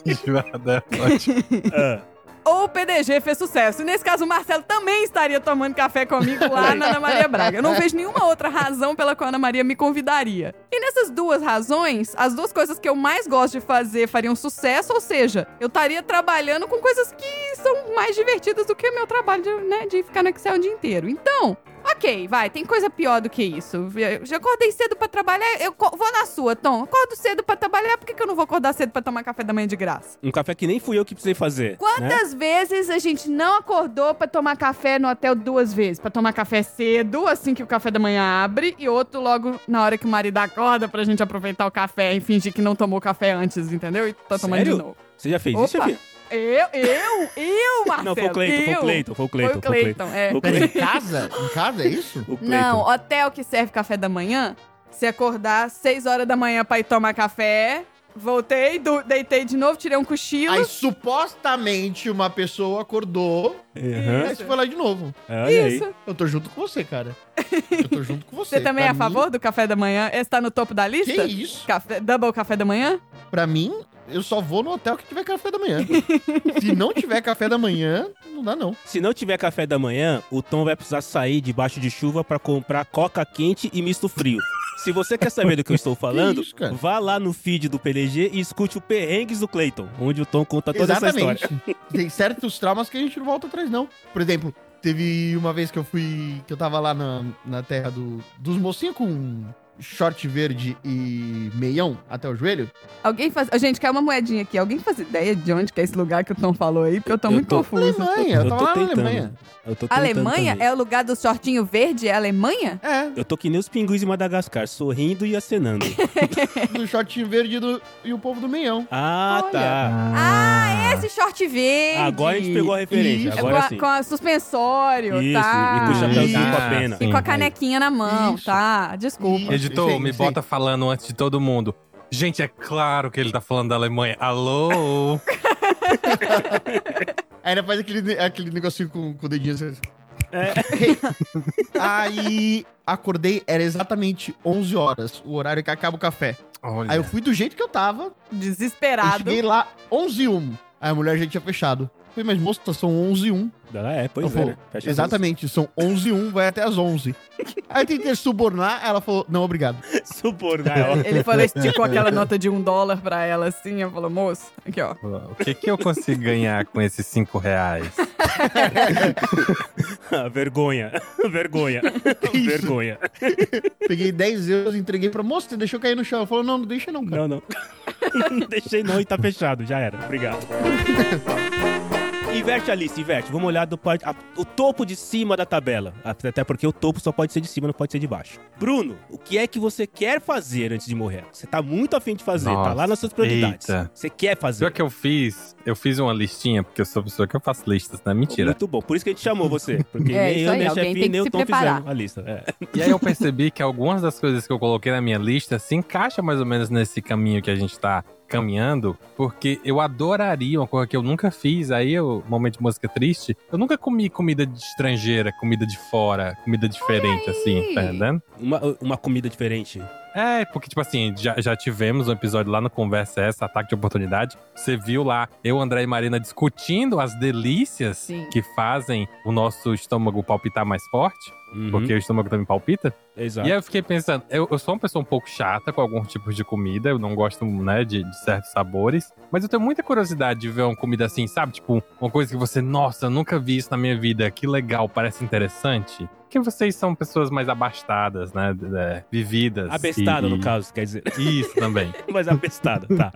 Enjoada, né? Tá ótimo.
Ah.
ou o PDG fez sucesso. E nesse caso, o Marcelo também estaria tomando café comigo lá na Ana Maria Braga. Eu não vejo nenhuma outra razão pela qual a Ana Maria me convidaria. E nessas duas razões, as duas coisas que eu mais gosto de fazer fariam sucesso, ou seja, eu estaria trabalhando com coisas que são mais divertidas do que o meu trabalho de, né, de ficar no Excel o dia inteiro. Então, ok, vai, tem coisa pior do que isso. Eu já acordei cedo pra trabalhar, eu co- vou na sua, Tom. Acordo cedo pra trabalhar, por que, que eu não vou acordar cedo pra tomar café da manhã de graça?
Um café que nem fui eu que precisei fazer. né?
Quantas vezes a gente não acordou pra tomar café no hotel duas vezes? Pra tomar café cedo, assim que o café da manhã abre, e outro logo na hora que o marido acorda pra gente aproveitar o café e fingir que não tomou café antes, entendeu? E tá tomando
Sério?
de novo.
Você já fez isso,
Opa.
Fih?
Eu, eu, eu, Marcelo.
Não, foi o Cleiton, foi o
eu.
Cleiton, foi o
Foi
Cleiton.
o Cleiton, é.
Foi o
Pera, em
Cleiton.
casa? Em casa, é isso?
O Cleiton.
Não, hotel que serve café da manhã, se acordar seis horas da manhã pra ir tomar café, voltei, du- deitei de novo, tirei um cochilo.
Aí supostamente uma pessoa acordou,
Aham.
aí você foi lá de novo.
Olha aí.
Isso.
Eu tô junto com você, cara. Eu tô junto com você.
Você também é
Pra
a
mim-
favor do café da manhã? Esse tá no topo da lista?
tá Que isso?
Café- double café da manhã?
Pra mim, eu só vou no hotel que tiver café da manhã. Se não tiver café da manhã, não dá não.
Se não tiver café da manhã, o Tom vai precisar sair debaixo de chuva pra comprar coca quente e misto frio. Se você quer saber do que eu estou falando,
isso, cara?
vá lá no feed do PDG e escute o Perrengues do Cleiton, onde o Tom conta toda essa história.
Tem certos traumas que a gente não volta atrás, não. Por exemplo, teve uma vez que eu fui. que eu tava lá na, na terra do, dos mocinhos com short verde e meião até o joelho.
Alguém faz. Ô, Gente, caiu uma moedinha aqui. Alguém faz ideia de onde que é esse lugar que o Tom falou aí? Porque eu tô
Eu
muito
tô-
confuso.
Alemanha, eu,
Eu
tava
tô
lá
tentando.
na Alemanha.
Eu tô tentando
Alemanha
também.
é o lugar do shortinho verde? É a Alemanha?
É,
Eu tô que nem os pinguins de Madagascar, sorrindo e acenando.
do short verde e do- e o povo do meião.
Ah,
Olha.
tá.
Ah, esse short verde!
Agora a gente pegou a referência,
Isso.
É,
agora
com, a-
sim.
com a suspensório,
Isso,
tá?
e com o chapéuzinho com a
Ah,
pena.
sim.
E com a canequinha na mão,
Isso.
tá? Desculpa.
Ah,
Isso.
Editor,
Sim,
me
sim.
bota falando antes de todo mundo. Gente, é claro que ele tá falando da Alemanha. Alô?
Aí ainda faz aquele, aquele negocinho com, com o dedinho assim. Aí acordei, era exatamente 11 horas, o horário que acaba o café.
Olha.
Aí eu fui do jeito que eu tava, eu
Desesperado.
cheguei lá 11 e 1. Aí a mulher já tinha fechado. Eu Falei, mas moça, são 11 e 1.
Ah, é, pois
Eu
é.
vou-
né? Fecha
Exatamente, são 11 e 1, vai até as 11. Aí eu tentei subornar, ela falou, não, obrigado.
tudo. Subornar ela.
Ele falou, esticou aquela nota de um dólar pra ela assim. Ela falou, moço, aqui ó.
O que, que eu consigo ganhar com esses cinco reais?
Ah, Vergonha. Vergonha.
isso?
Vergonha.
Peguei 10 euros, entreguei pra moça, você deixou cair no chão. Ela falou, não, não deixa não, cara.
Não, não. Não Deixei não e tá fechado, já era. Obrigado. Inverte a lista, inverte. Vamos olhar do parte, a- o topo de cima da tabela. Até porque o topo só pode ser de cima, não pode ser de baixo. Bruno, o que é que você quer fazer antes de morrer? Você tá muito afim de fazer, tá
Nossa,
lá nas suas prioridades.
eita.
Você quer
Pior
fazer.
que eu fiz, eu fiz uma listinha, porque eu sou a pessoa que eu faço listas, né? Mentira.
Muito bom. Por isso que a gente chamou você. Porque
É,
nem
isso
eu,
aí,
nem
alguém
chefe,
tem que
nem o
se
Tom
preparar.
fizeram a lista. É.
E aí eu percebi que algumas das coisas que eu coloquei na minha lista se encaixa mais ou menos nesse caminho que a gente tá caminhando, porque eu adoraria uma coisa que eu nunca fiz, aí eu, momento de música triste, eu nunca comi comida de estrangeira, comida de fora, comida diferente, assim, tá entendendo?
Uma, uma comida diferente.
É, porque, tipo assim, já, já tivemos um episódio lá no Conversa Essa, Ataque de Oportunidade. Você viu lá eu, André e Marina discutindo as delícias
Sim.
que fazem o nosso estômago palpitar mais forte,
Uhum,
porque o estômago também palpita.
Exato.
E aí eu fiquei pensando, eu, eu sou uma pessoa um pouco chata com alguns tipos de comida, eu não gosto, né, de, de certos sabores. Mas eu tenho muita curiosidade de ver uma comida assim, sabe? Tipo, uma coisa que você, nossa, nunca vi isso na minha vida, que legal, parece interessante. Porque vocês são pessoas mais abastadas, né, de- de- vividas.
Abestado,
e-
no
e-
caso, quer dizer.
Isso também.
Mas abestado, tá.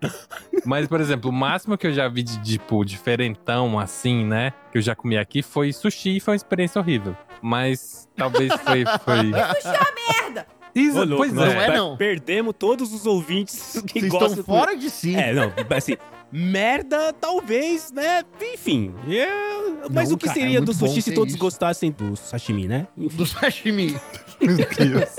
Mas, por exemplo, o máximo que eu já vi de, tipo, diferentão, assim, né? Que eu já comi aqui foi sushi e foi uma experiência horrível. Mas talvez foi. foi...
Puxa a merda!
Isso,
Ô, louco,
pois
nós
é.
é,
per-
não.
Perdemos todos os ouvintes que
Vocês
gostam.
estão
do-
fora de si.
É, não, assim, merda, talvez, né? Enfim. é, Mas
Não,
o que
cara, é
seria do
muito bom
sushi se
ter
todos
isso.
gostassem do sashimi, né?
Do sashimi.
Meu Deus.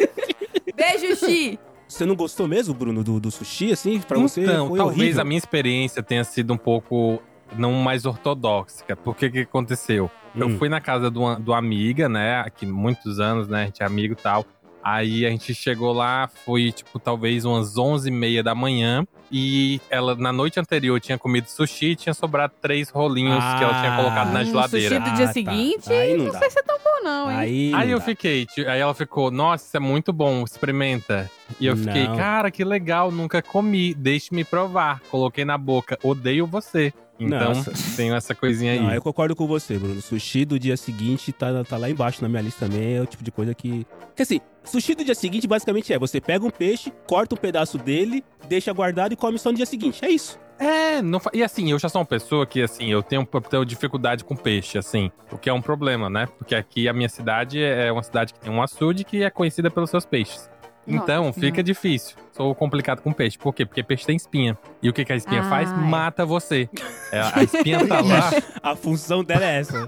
Beijo, Xi!
Você não gostou mesmo, Bruno, do, do sushi, assim? Pra você
então,
foi
talvez
horrível.
a minha experiência tenha sido um pouco não mais ortodoxa. Porque o que aconteceu? Eu
Hum.
fui na casa de uma, de uma amiga, né? Aqui muitos anos, né? A gente é amigo e tal. Aí a gente chegou lá, foi tipo talvez umas 11 e meia da manhã. E ela, na noite anterior, tinha comido sushi e tinha sobrado três rolinhos que ela tinha colocado na
Ah,
geladeira.
Um sushi do dia
tá.
seguinte,
Aí não
não,
dá.
sei se é tão bom não, hein?
Aí,
Aí
não
eu
dá.
fiquei, ti- aí ela ficou, nossa, isso é muito bom, experimenta. E eu fiquei,
Não.
cara, que legal, nunca comi, deixe-me provar. Coloquei na boca, odeio você. Então,
Nossa.
tenho essa coisinha aí.
Não, eu concordo com você, Bruno. Sushi do dia seguinte tá, tá lá embaixo na minha lista também. É o tipo de coisa que. Porque assim, sushi do dia seguinte basicamente é: você pega um peixe, corta um pedaço dele, deixa guardado e come só no dia seguinte. É isso.
É, não fa- e assim, eu já sou uma pessoa que, assim, eu tenho, eu tenho dificuldade com peixe, assim, o que é um problema, né? Porque aqui a minha cidade é uma cidade que tem um açude que é conhecida pelos seus peixes.
Nossa
Então,
Senhora.
fica difícil. Sou complicado com peixe. Por quê? Porque peixe tem espinha. E o que, que a espinha
Ah,
faz?
é.
Mata você. É, A espinha tá lá,
A função dela é essa.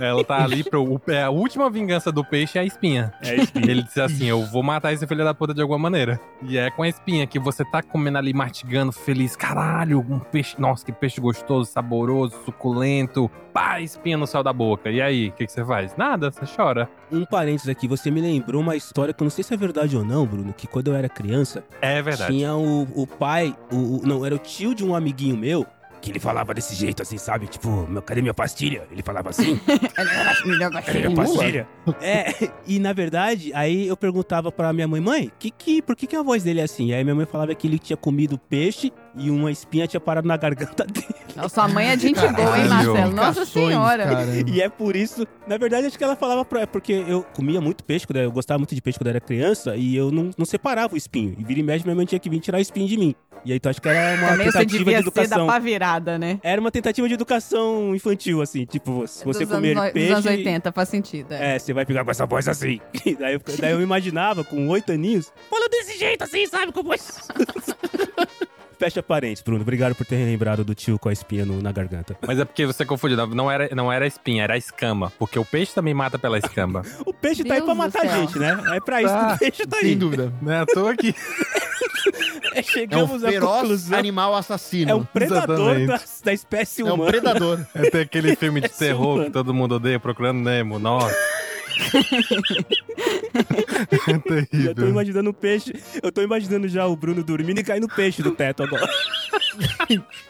Ela tá ali pro. o- é, a última vingança do peixe é a espinha.
É isso.
Ele diz assim: Eu vou matar esse filho da puta de alguma maneira. E é com a espinha que você tá comendo ali, mastigando, feliz. Caralho, um peixe. Nossa, que peixe gostoso, saboroso, suculento. Pá, espinha no céu da boca. E aí, o que, que você faz? Nada, você chora.
Um parênteses aqui, você me lembrou uma história que eu não sei se é verdade ou não, Bruno, que quando eu era criança,
É verdade.
tinha o, o pai, o, o- não, era o tio de um amiguinho meu, que ele falava desse jeito, assim, sabe? Tipo, meu, cadê minha pastilha? Ele falava assim. cadê minha pastilha? É, e na verdade, aí eu perguntava pra minha mãe, mãe, que, que, por que, que a voz dele é assim? E aí minha mãe falava que ele tinha comido peixe e uma espinha tinha parado na garganta dele.
Não, Sua mãe é gente boa, hein,
Caralho.
Marcelo? Nossa
Explicações,
senhora.
cara.
E é por isso, na verdade, acho que ela falava pra. é Porque eu comia muito peixe, quando eu, eu gostava muito de peixe quando eu era criança, e eu não, não separava o espinho. E vira e mexe, minha mãe tinha que vir tirar o espinho de mim. E aí, então acho que era uma
Também você
tentativa de
devia ser da
educação.
pavirada, né?
Era uma tentativa de educação infantil, assim. Tipo, se você
Dos
comer
anos, oi-
peixe.
Dos anos 80, faz sentido. É.
É, você vai ficar com essa voz assim. E daí, eu, daí eu me imaginava, com oito aninhos, falando desse jeito assim, sabe? Com voz. Fecha parênteses, Bruno. Obrigado por ter relembrado do tio com a espinha no- na garganta.
Mas é porque você confundiu. Não- Não era, não era a espinha, era a escama. Porque o peixe também mata pela escama.
O peixe tá aí
Deus
pra
do
matar a
céu.
gente, né? É pra isso que
Tá,
o peixe tá aí.
Sem dúvida.
né? Tô aqui.
É,
É um
chegamos à
feroz
conclusão. É
animal
um
assassino.
predador
Exatamente.
da, da espécie
É um
humana.
predador.
É, Tem aquele filme de
Essa é
terror
humana.
que todo mundo odeia, procurando Nemo. Nossa, É
Eu tô
terrível.
imaginando o peixe. Eu tô imaginando já o Bruno dormindo e caindo peixe do teto agora.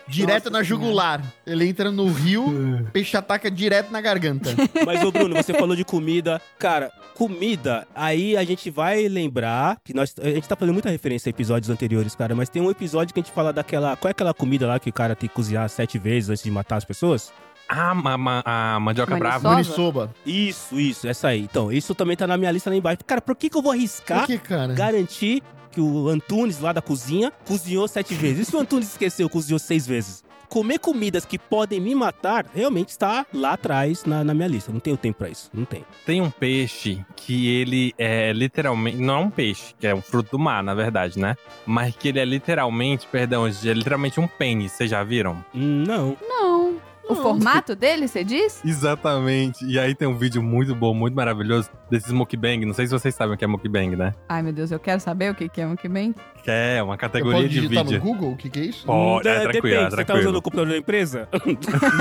Direto na jugular. Ele entra no rio,
É.
o peixe ataca direto na garganta.
Mas, ô Bruno, você falou de comida. Cara, comida, aí a gente vai lembrar que nós. A gente tá fazendo muita referência a episódios anteriores, cara, mas tem um episódio que a gente fala daquela. Qual é aquela comida lá que o cara tem que cozinhar sete vezes antes de matar as pessoas?
Ah, ma, ma- a mandioca
Olha
brava.
só.
Munisoba.
Isso, isso, essa aí. Então, isso também tá na minha lista lá embaixo. Cara, por que, que eu vou
Por
arriscar
que, cara?
garantir que o Antunes lá da cozinha cozinhou sete vezes? E se o Antunes esqueceu, cozinhou seis vezes? Comer comidas que podem me matar realmente está lá atrás na, na minha lista. Não tenho tempo pra isso. Não tem.
Tem um peixe que ele é literalmente. Não é um peixe, que é um fruto do mar, na verdade, né? Mas que ele é literalmente, perdão, gente, é literalmente um pênis, vocês já viram?
Não.
Não. O formato dele, você diz?
Exatamente. E aí tem um vídeo muito bom, muito maravilhoso desses mukbang. Não sei se vocês sabem o que é mukbang, né?
Ai, meu Deus, eu quero saber o que, que é um que bem.
Que é uma
Eu
categoria
posso
de
digitar no
vídeo.
Google o que, que é isso?
Pode, é
Hum, Depende,
tranquilo,
você
é
tá usando
tranquilo.
o computador da empresa?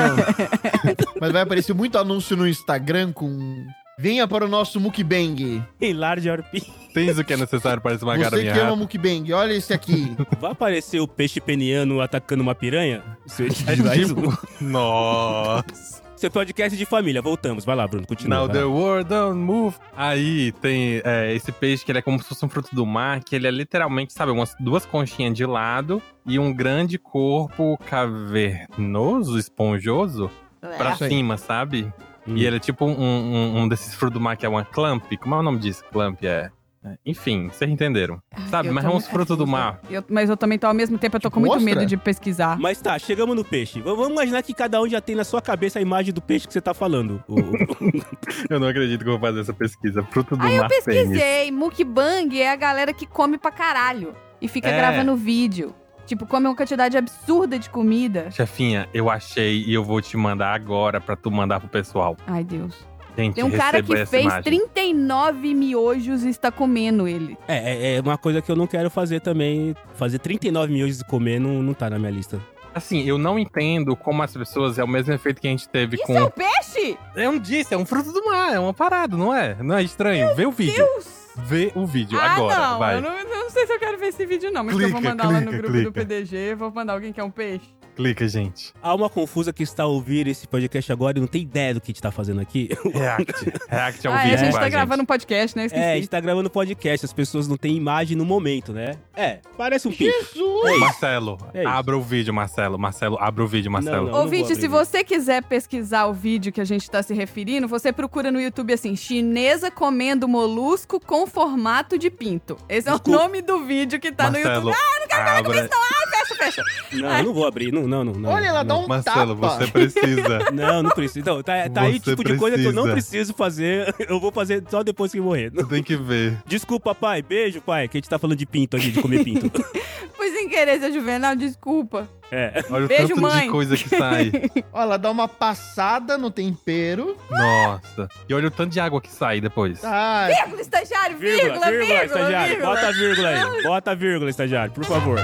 Mas vai aparecer muito anúncio no Instagram com... Venha para o nosso mukbang.
Enlarge arpinho.
Tens o que é necessário para esmagar a
Você
minha
que ama
rata?
mukbang, olha esse aqui.
Vai aparecer o peixe peniano atacando uma piranha? Você
É
diz lá isso?
tipo... Nossa.
Seu podcast de família, voltamos. Vai lá, Bruno, continua.
Now
vai
the
lá.
world don't move. Aí tem é, esse peixe que ele é como se fosse um fruto do mar, que ele é literalmente, sabe, umas duas conchinhas de lado e um grande corpo cavernoso, esponjoso,
É.
pra
Isso aí.
cima, sabe?
Hum.
E ele é tipo um, um- um desses frutos do mar que é uma clamp. Como é o nome disso? Clamp é... é, Enfim, vocês entenderam. Sabe,
eu
mas
tô
é uns
muito
frutos do
confusa.
mar.
Eu- mas eu também tô ao mesmo tempo, eu tô com muito
Mostra.
medo de pesquisar.
Mas tá, chegamos no peixe. V- Vamos imaginar que cada um já tem na sua cabeça a imagem do peixe que você tá falando. O- o-
Eu não acredito que eu vou fazer essa pesquisa. Fruto do
Aí eu
mar pênis.
pesquisei. Mukbang é a galera que come pra caralho e fica
É.
gravando vídeo. Tipo, come uma quantidade absurda de comida.
Chefinha, eu achei e eu vou te mandar agora pra tu mandar pro pessoal.
Ai, Deus.
Gente,
Tem um cara
receba
que
essa
fez
imagem.
39 miojos e está comendo ele.
é, é, é uma coisa que eu não quero fazer também. Fazer 39 milhões de comer não, não tá na minha lista.
Assim, eu não entendo como as pessoas é o mesmo efeito que a gente teve
Isso
com.
é um peixe?
Eu não disse, é um fruto do mar, é uma parada, não é? Não é estranho? Vê o vídeo.
Deus!
Vê o vídeo
ah,
agora,
não.
vai.
Eu não, eu não sei se eu quero ver esse vídeo, não. Mas que eu vou
Clica,
mandar lá no
clica,
grupo do
clica.
PDG. Vou mandar alguém que é um peixe.
Clica, gente.
Há uma confusa que está a ouvir esse podcast agora e não tem ideia do que a gente tá fazendo aqui.
React. React é um
ah,
vídeo,
é, a gente
vai,
tá gravando um podcast, né? Esqueci.
É, a gente tá gravando podcast, as pessoas não têm imagem no momento, né? É, parece um peixe.
Marcelo,
É isso.
abra o vídeo, Marcelo. Marcelo, abra o vídeo, Marcelo.
não. Eu vou
Ouvinte,
abrir
se
o vídeo.
você quiser pesquisar o vídeo que a gente tá se referindo, você procura no YouTube assim: chinesa comendo molusco com formato de pinto. Esse é o
Desculpa.
nome do vídeo que tá no
Marcelo,
YouTube.
abra...
Não, eu não vou abrir, não, não, não. não
Olha, ela um
não.
dá um
Marcelo,
tapa.
você precisa.
Não, não preciso. Então, tá, tá aí o
Você
tipo de coisa que eu não
precisa.
preciso fazer. Eu vou fazer só depois que morrer.
Tu tem que ver.
Desculpa, pai. Beijo, pai. Que a gente tá falando de pinto aqui, de comer pinto.
Fui sem querer, seu Juvenal, desculpa.
É.
Olha o
Beijo,
tanto
mãe.
de coisa que sai.
Olha, ela dá uma passada no tempero.
Nossa. E olha o tanto de água que sai depois.
Tá,
Ah,
Vírgula, estagiário, vírgula, vírgula,
estagiário.
vírgula.
Bota a vírgula aí. Bota a vírgula, estagiário, por favor.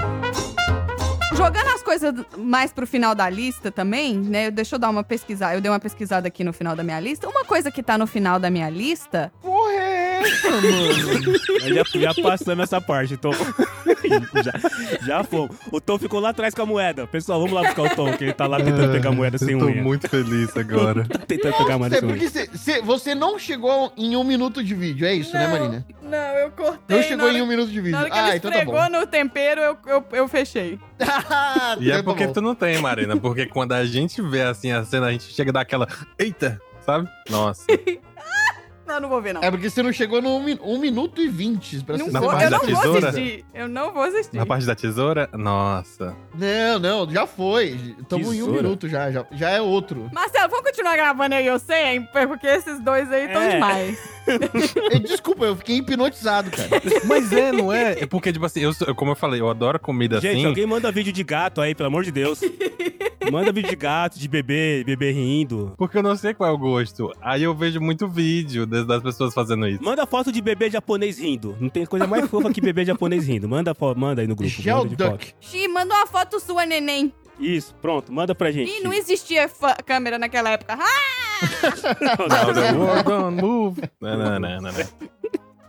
Jogando as coisas mais pro final da lista também, né? Deixa eu dar uma pesquisada. Eu dei uma pesquisada aqui no final da minha lista. Uma coisa que tá no final da minha lista
porra é essa, mano?
Nós Já, já passamos essa parte, então. já, já fomos. O Tom ficou lá atrás com a moeda. Pessoal, vamos lá buscar o Tom, que ele tá lá tentando pegar a moeda sem
É, Eu tô
unha. Tá
muito é feliz agora.
Tentando pegar a moeda
Cê-
sem unha.
porque cê- cê- você não chegou em um minuto de vídeo, é isso, né, Marina?
Não, eu cortei.
Não chegou em um minuto de vídeo.
Na hora que
Ah,
ele
então tá
esfregou
bom.
no tempero, eu, eu, eu fechei.
Ah,
E é
então tá
porque
bom.
tu não tem, Marina. Porque quando a gente vê assim a cena, a gente chega daquela. Eita! Sabe? Nossa.
Não, não vou ver, não.
É porque você não chegou no 1 um, minuto e 20 pra
não
ser
na
vou,
parte
eu
da
não vou
tesoura?
assistir. Eu não vou assistir.
Na parte da tesoura? Nossa.
Não, não, já foi. Estamos em um
Tesoura.
minuto já, já. Já é outro.
Marcelo, vamos continuar gravando aí, eu sei, hein? Porque esses dois aí estão
É.
demais.
Eh, Desculpa, eu fiquei hipnotizado, cara.
Mas é, não é? É porque, tipo assim, eu, sou- como eu falei, eu adoro comida
Gente,
assim.
alguém manda vídeo de gato aí, pelo amor de Deus. Manda vídeo de gato, de bebê, bebê rindo.
Porque eu não sei qual é o gosto. Aí eu vejo muito vídeo das das pessoas fazendo isso.
Manda foto de bebê japonês rindo. Não tem coisa mais fofa que bebê japonês rindo. Manda, fo- manda aí no grupo.
Shell
Manda de foto.
é Duck.
Xi, manda uma foto sua, neném.
Isso, pronto, manda pra gente.
E não existia fa- câmera naquela época. Ah,
Now the world don't move. Não, não, não, não, não.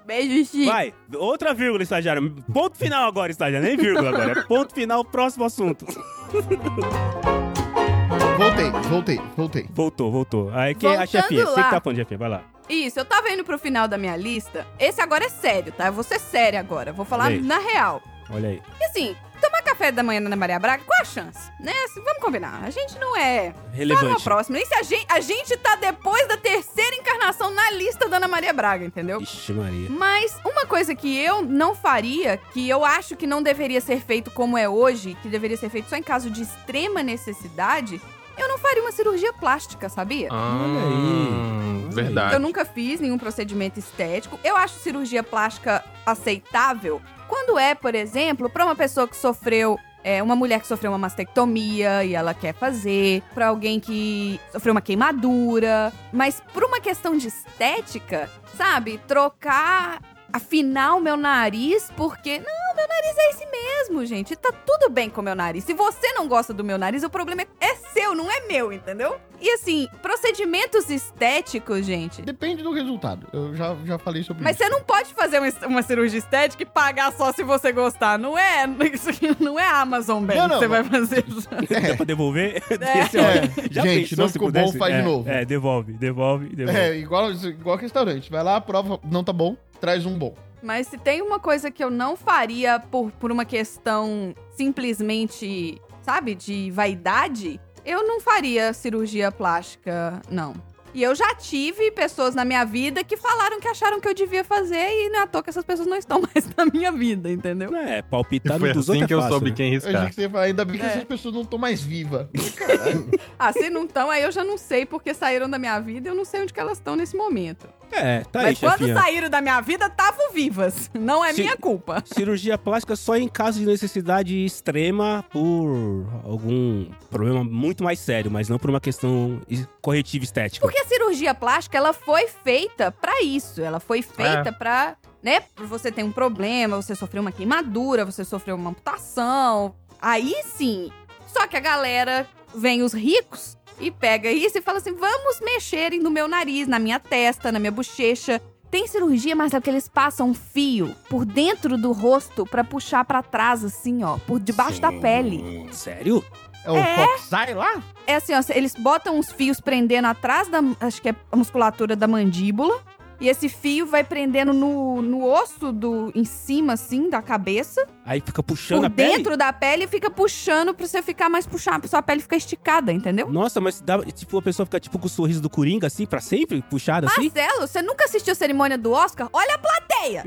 beijo, Chico.
Vai, outra vírgula, estagiário. Ponto final agora, estagiário. Nem vírgula agora. É ponto final, próximo assunto.
Voltei, voltei, voltei.
Voltou, voltou. Aí que a
Voltando
chefinha. Você que
lá.
tá falando, chefinha, vai lá.
Isso, eu tava indo pro final da minha lista. Esse agora é sério, tá? Eu vou ser séria agora. Vou falar
Beijo.
na real.
Olha aí.
E assim, tomar café da manhã na Ana Maria Braga, qual a chance? Né? Assim, Vamos combinar. A gente não é. Tá na
Relevante.
próxima. E se a gente, a gente tá depois da terceira encarnação na lista da Ana Maria Braga, entendeu?
Ixi, Maria.
Mas uma coisa que eu não faria, que eu acho que não deveria ser feito como é hoje, que deveria ser feito só em caso de extrema necessidade, eu não faria uma cirurgia plástica, sabia?
Ah,
Eu
verdade.
nunca fiz nenhum procedimento estético. Eu acho cirurgia plástica aceitável quando é, por exemplo, pra uma pessoa que sofreu. é, uma mulher que sofreu uma mastectomia e ela quer fazer, Pra alguém que sofreu uma queimadura, mas por uma questão de estética, sabe? Trocar, afinar o meu nariz porque não, meu nariz é esse mesmo, gente. Tá tudo bem com o meu nariz. Se você não gosta do meu nariz, o problema é- é seu, não é meu, entendeu? E assim, procedimentos estéticos, gente.
Depende do resultado. Eu já, já falei sobre
Mas
isso.
você não pode fazer uma, uma cirurgia estética e pagar só se você gostar, não é? Isso aqui não é Amazon bem
Não,
que
não.
você vai fazer isso.
Dá pra devolver?
É.
É,
Já
gente,
pensou
não
se
ficou
pudesse?
bom, faz
é,
de novo. É,
É, devolve, devolve, devolve.
É.
igual, igual restaurante. Vai lá, prova, não tá bom, traz um bom.
Mas se tem uma coisa que eu não faria por, por uma questão simplesmente, sabe, de vaidade, eu não faria cirurgia plástica, não. E eu já tive pessoas na minha vida que falaram que acharam que eu devia fazer e não é à toa que essas pessoas não estão mais na minha vida, entendeu?
É,
E
palpitar no
foi
dos
assim
outros
que
é
eu
fácil,
soube
né?
quem
Eu achei
riscar.
que você ia falar, ainda bem que
É.
essas pessoas não estão mais vivas.
Ah, se não estão, aí eu já não sei porque saíram da minha vida e eu não sei onde que elas estão nesse momento.
É, tá aí,
Mas quando
chefinha.
saíram da minha vida, estavam vivas. Não é
Se-
minha culpa.
Cirurgia plástica só em caso de necessidade extrema por algum problema muito mais sério, mas não por uma questão is- corretiva estética.
Porque Tipo, a cirurgia plástica, ela foi feita pra isso. Ela foi feita pra, né, você ter um problema, você sofreu uma queimadura, você sofreu uma amputação. Aí sim. Só que a galera vem os ricos e pega isso e fala assim: "Vamos mexerem no meu nariz, na minha testa, na minha bochecha". Tem cirurgia, Marcelo, que eles passam um fio por dentro do rosto pra puxar pra trás assim, ó, por debaixo da pele.
Sério?
É o
É.
Foxai lá?
É assim, ó, eles botam uns fios prendendo atrás da, acho que é a musculatura da mandíbula, e esse fio vai prendendo no, no osso do em cima assim da cabeça,
Aí fica puxando
por
a pele?
dentro da pele e fica puxando pra você ficar mais puxado, sua pele fica esticada, entendeu?
Nossa, mas dá, tipo, a pessoa fica tipo com o sorriso do Coringa, assim, pra sempre, puxada assim?
Marcelo, você nunca assistiu a cerimônia do Oscar? Olha a plateia!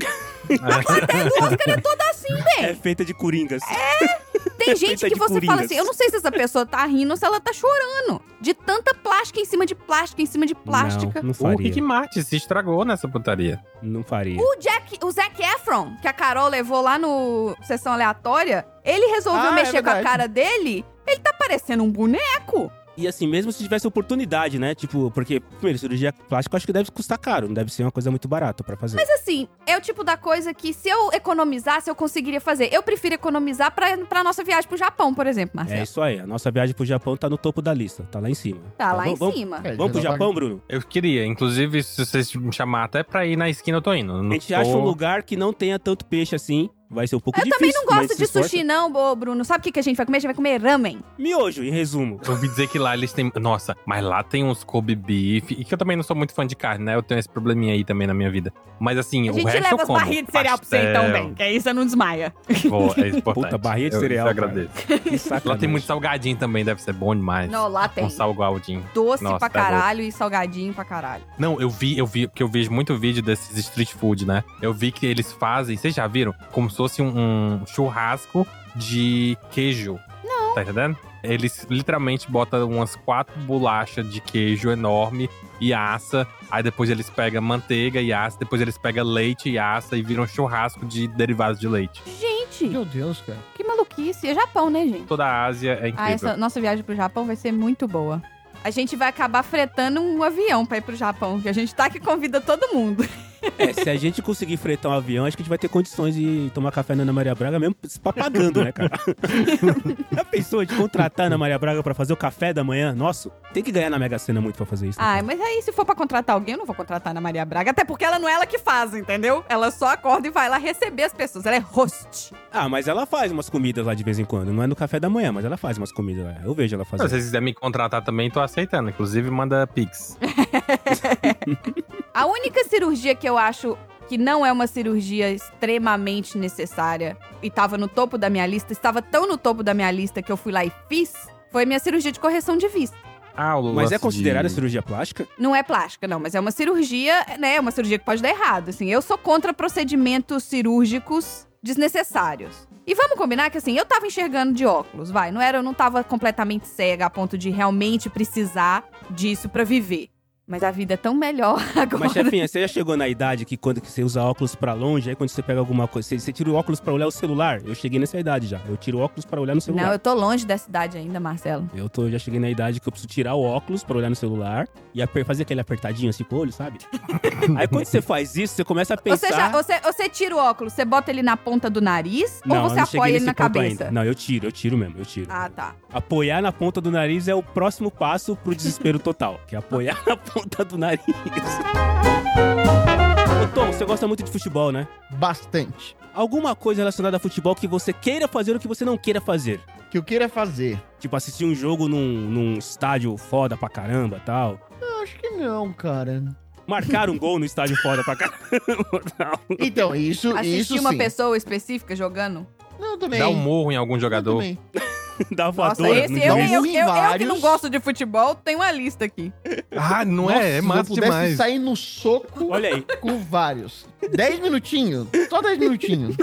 A plateia do Oscar é toda assim,
É
bem.
feita de assim. Coringas.
É Tem gente
feita
que
tá de
você fala
coringas.
assim, eu não sei se essa pessoa tá rindo ou se ela tá chorando. De tanta plástica em cima de plástica, em cima de plástica.
Não,
Uh,
não
O
faria.
Rick Martin se estragou nessa putaria.
Não faria.
O Jack, o Zac Efron, que a Carol levou lá no sessão aleatória, ele resolveu
Ah, é
mexer com a
verdade.
cara dele. Ele tá parecendo um boneco.
E assim, mesmo se tivesse oportunidade, né? Tipo, porque, primeiro, cirurgia plástica eu acho que deve custar caro, não deve ser uma coisa muito barata pra fazer.
Mas assim, é o tipo da coisa que se eu economizasse, eu conseguiria fazer. Eu prefiro economizar pra, pra nossa viagem pro Japão, por exemplo,
É
Marcelo.
isso aí, a nossa viagem pro Japão tá no topo da lista, tá lá em cima.
tá
Então,
lá
vamos-
em
vamos-
cima.
É,
Vamos pro
já dá pra-
Japão, Bruno?
Eu queria, inclusive, se vocês me chamar até pra ir na esquina, eu tô indo. Eu
A
não
gente
tô-
acha um lugar que não tenha tanto peixe assim. Vai ser um pouco
Eu também
difícil.
não
mas
gosto
se
de
esforça.
sushi, não, bo- Bruno. Sabe o que, que a gente vai comer? A gente vai comer ramen.
Miojo, em resumo.
Eu ouvi dizer que lá eles têm. Nossa, mas lá tem uns Kobe Beef. E que eu também não sou muito fã de carne, né? Eu tenho esse probleminha aí também na minha vida. Mas assim,
A
o
gente
resto
leva
eu
as
como.
barrinhas de cereal pra você então,
Pastel,
bem. Que aí você não desmaia.
Boa, é importante.
Puta, barrinha de
Eu-
cereal,
Eu
cara.
agradeço.
Que sacanagem.
Lá tem muito salgadinho também, deve ser bom demais.
Não, lá tem
Um salgadinho.
doce
Nossa,
pra
tá louco.
caralho e salgadinho pra caralho.
Não, eu vi, eu vi, porque eu vejo muito vídeo desses street food, né? Eu vi que eles fazem, vocês já viram? Como se fosse um, um churrasco de queijo. Não. Tá entendendo? Eles literalmente botam umas quatro bolachas de queijo enorme e assa. Aí depois eles pegam manteiga e assa. Depois eles pegam leite e assa e viram um churrasco de derivados de leite.
Gente,
Meu Deus, cara.
que maluquice. É Japão, né, gente?
Toda a Ásia é incrível.
Ah, essa nossa viagem pro Japão vai ser muito boa. A gente vai acabar fretando um avião pra ir pro Japão, que a gente tá que convida todo mundo.
É, se a gente conseguir fretar um avião, acho que a gente vai ter condições de tomar café na Ana Maria Braga mesmo se pá- pagando, né, cara? Já pensou de contratar a Ana Maria Braga pra fazer o café da manhã? Nossa, tem que ganhar na Mega Sena muito pra fazer isso. né,
Ai,
cara?
mas aí se for pra contratar alguém, eu não vou contratar a Ana Maria Braga, até porque ela não é ela que faz, entendeu? Ela só acorda e vai lá receber as pessoas. Ela é host.
Ah, mas ela faz umas comidas lá de vez em quando. Não é no café da manhã, mas ela faz umas comidas lá. Eu vejo ela
Não, se
fazer.
vocês quiserem me contratar também, tô aceitando. Inclusive, manda Pix.
A única cirurgia que eu acho que não é uma cirurgia extremamente necessária e tava no topo da minha lista, estava tão no topo da minha lista que eu fui lá e fiz, foi minha cirurgia de correção de vista.
Ah, o
Mas
lance
é considerada
de...
cirurgia plástica?
Não é plástica, não, mas é uma cirurgia, né? É uma cirurgia que pode dar errado. Assim, eu sou contra procedimentos cirúrgicos desnecessários. E vamos combinar que assim, eu tava enxergando de óculos, vai. Não era, eu não tava completamente cega a ponto de realmente precisar disso pra viver. Mas a vida é tão melhor agora.
Mas, chefinha, você já chegou na idade que quando que você usa óculos pra longe, aí quando você pega alguma coisa, você, você tira o óculos pra olhar o celular? Eu cheguei nessa idade já. Eu tiro o óculos pra olhar no celular.
Não, eu tô longe dessa idade ainda, Marcelo.
Eu tô, já cheguei na idade que eu preciso tirar o óculos pra olhar no celular e aper- fazer aquele apertadinho assim com o olho, sabe? Aí quando você faz isso, você começa a pensar.
Você, já- você- você tira o óculos, você bota ele na ponta do nariz
Não,
ou
eu
você
não cheguei
apoia ele
nesse
na
ponto
cabeça?
Ainda. Não, eu tiro, eu tiro mesmo, eu tiro.
Ah, tá.
Apoiar na ponta do nariz é o próximo passo pro desespero total, que é apoiar na ponta do nariz. Ô Tom, você gosta muito de futebol, né?
Bastante.
Alguma coisa relacionada a futebol que você queira fazer ou que você não queira fazer?
O que eu queira é fazer.
Tipo, assistir um jogo num, num estádio foda pra caramba tal.
Eu acho que não, cara.
Marcar um gol no estádio foda pra caramba tal.
Então, isso,
Assistir
isso
uma
sim.
pessoa específica jogando?
Não, também.
Dá um morro em algum
Eu
jogador.
também.
da
Nossa,
voadora.
esse
no
eu, eu,
juiz.
eu, eu que não
vários.
gosto de futebol, tem uma lista aqui.
Ah, não
Nossa,
é? É massa
Se eu pudesse
demais.
sair no soco
Olha aí.
com vários. Dez minutinhos. Só dez minutinhos.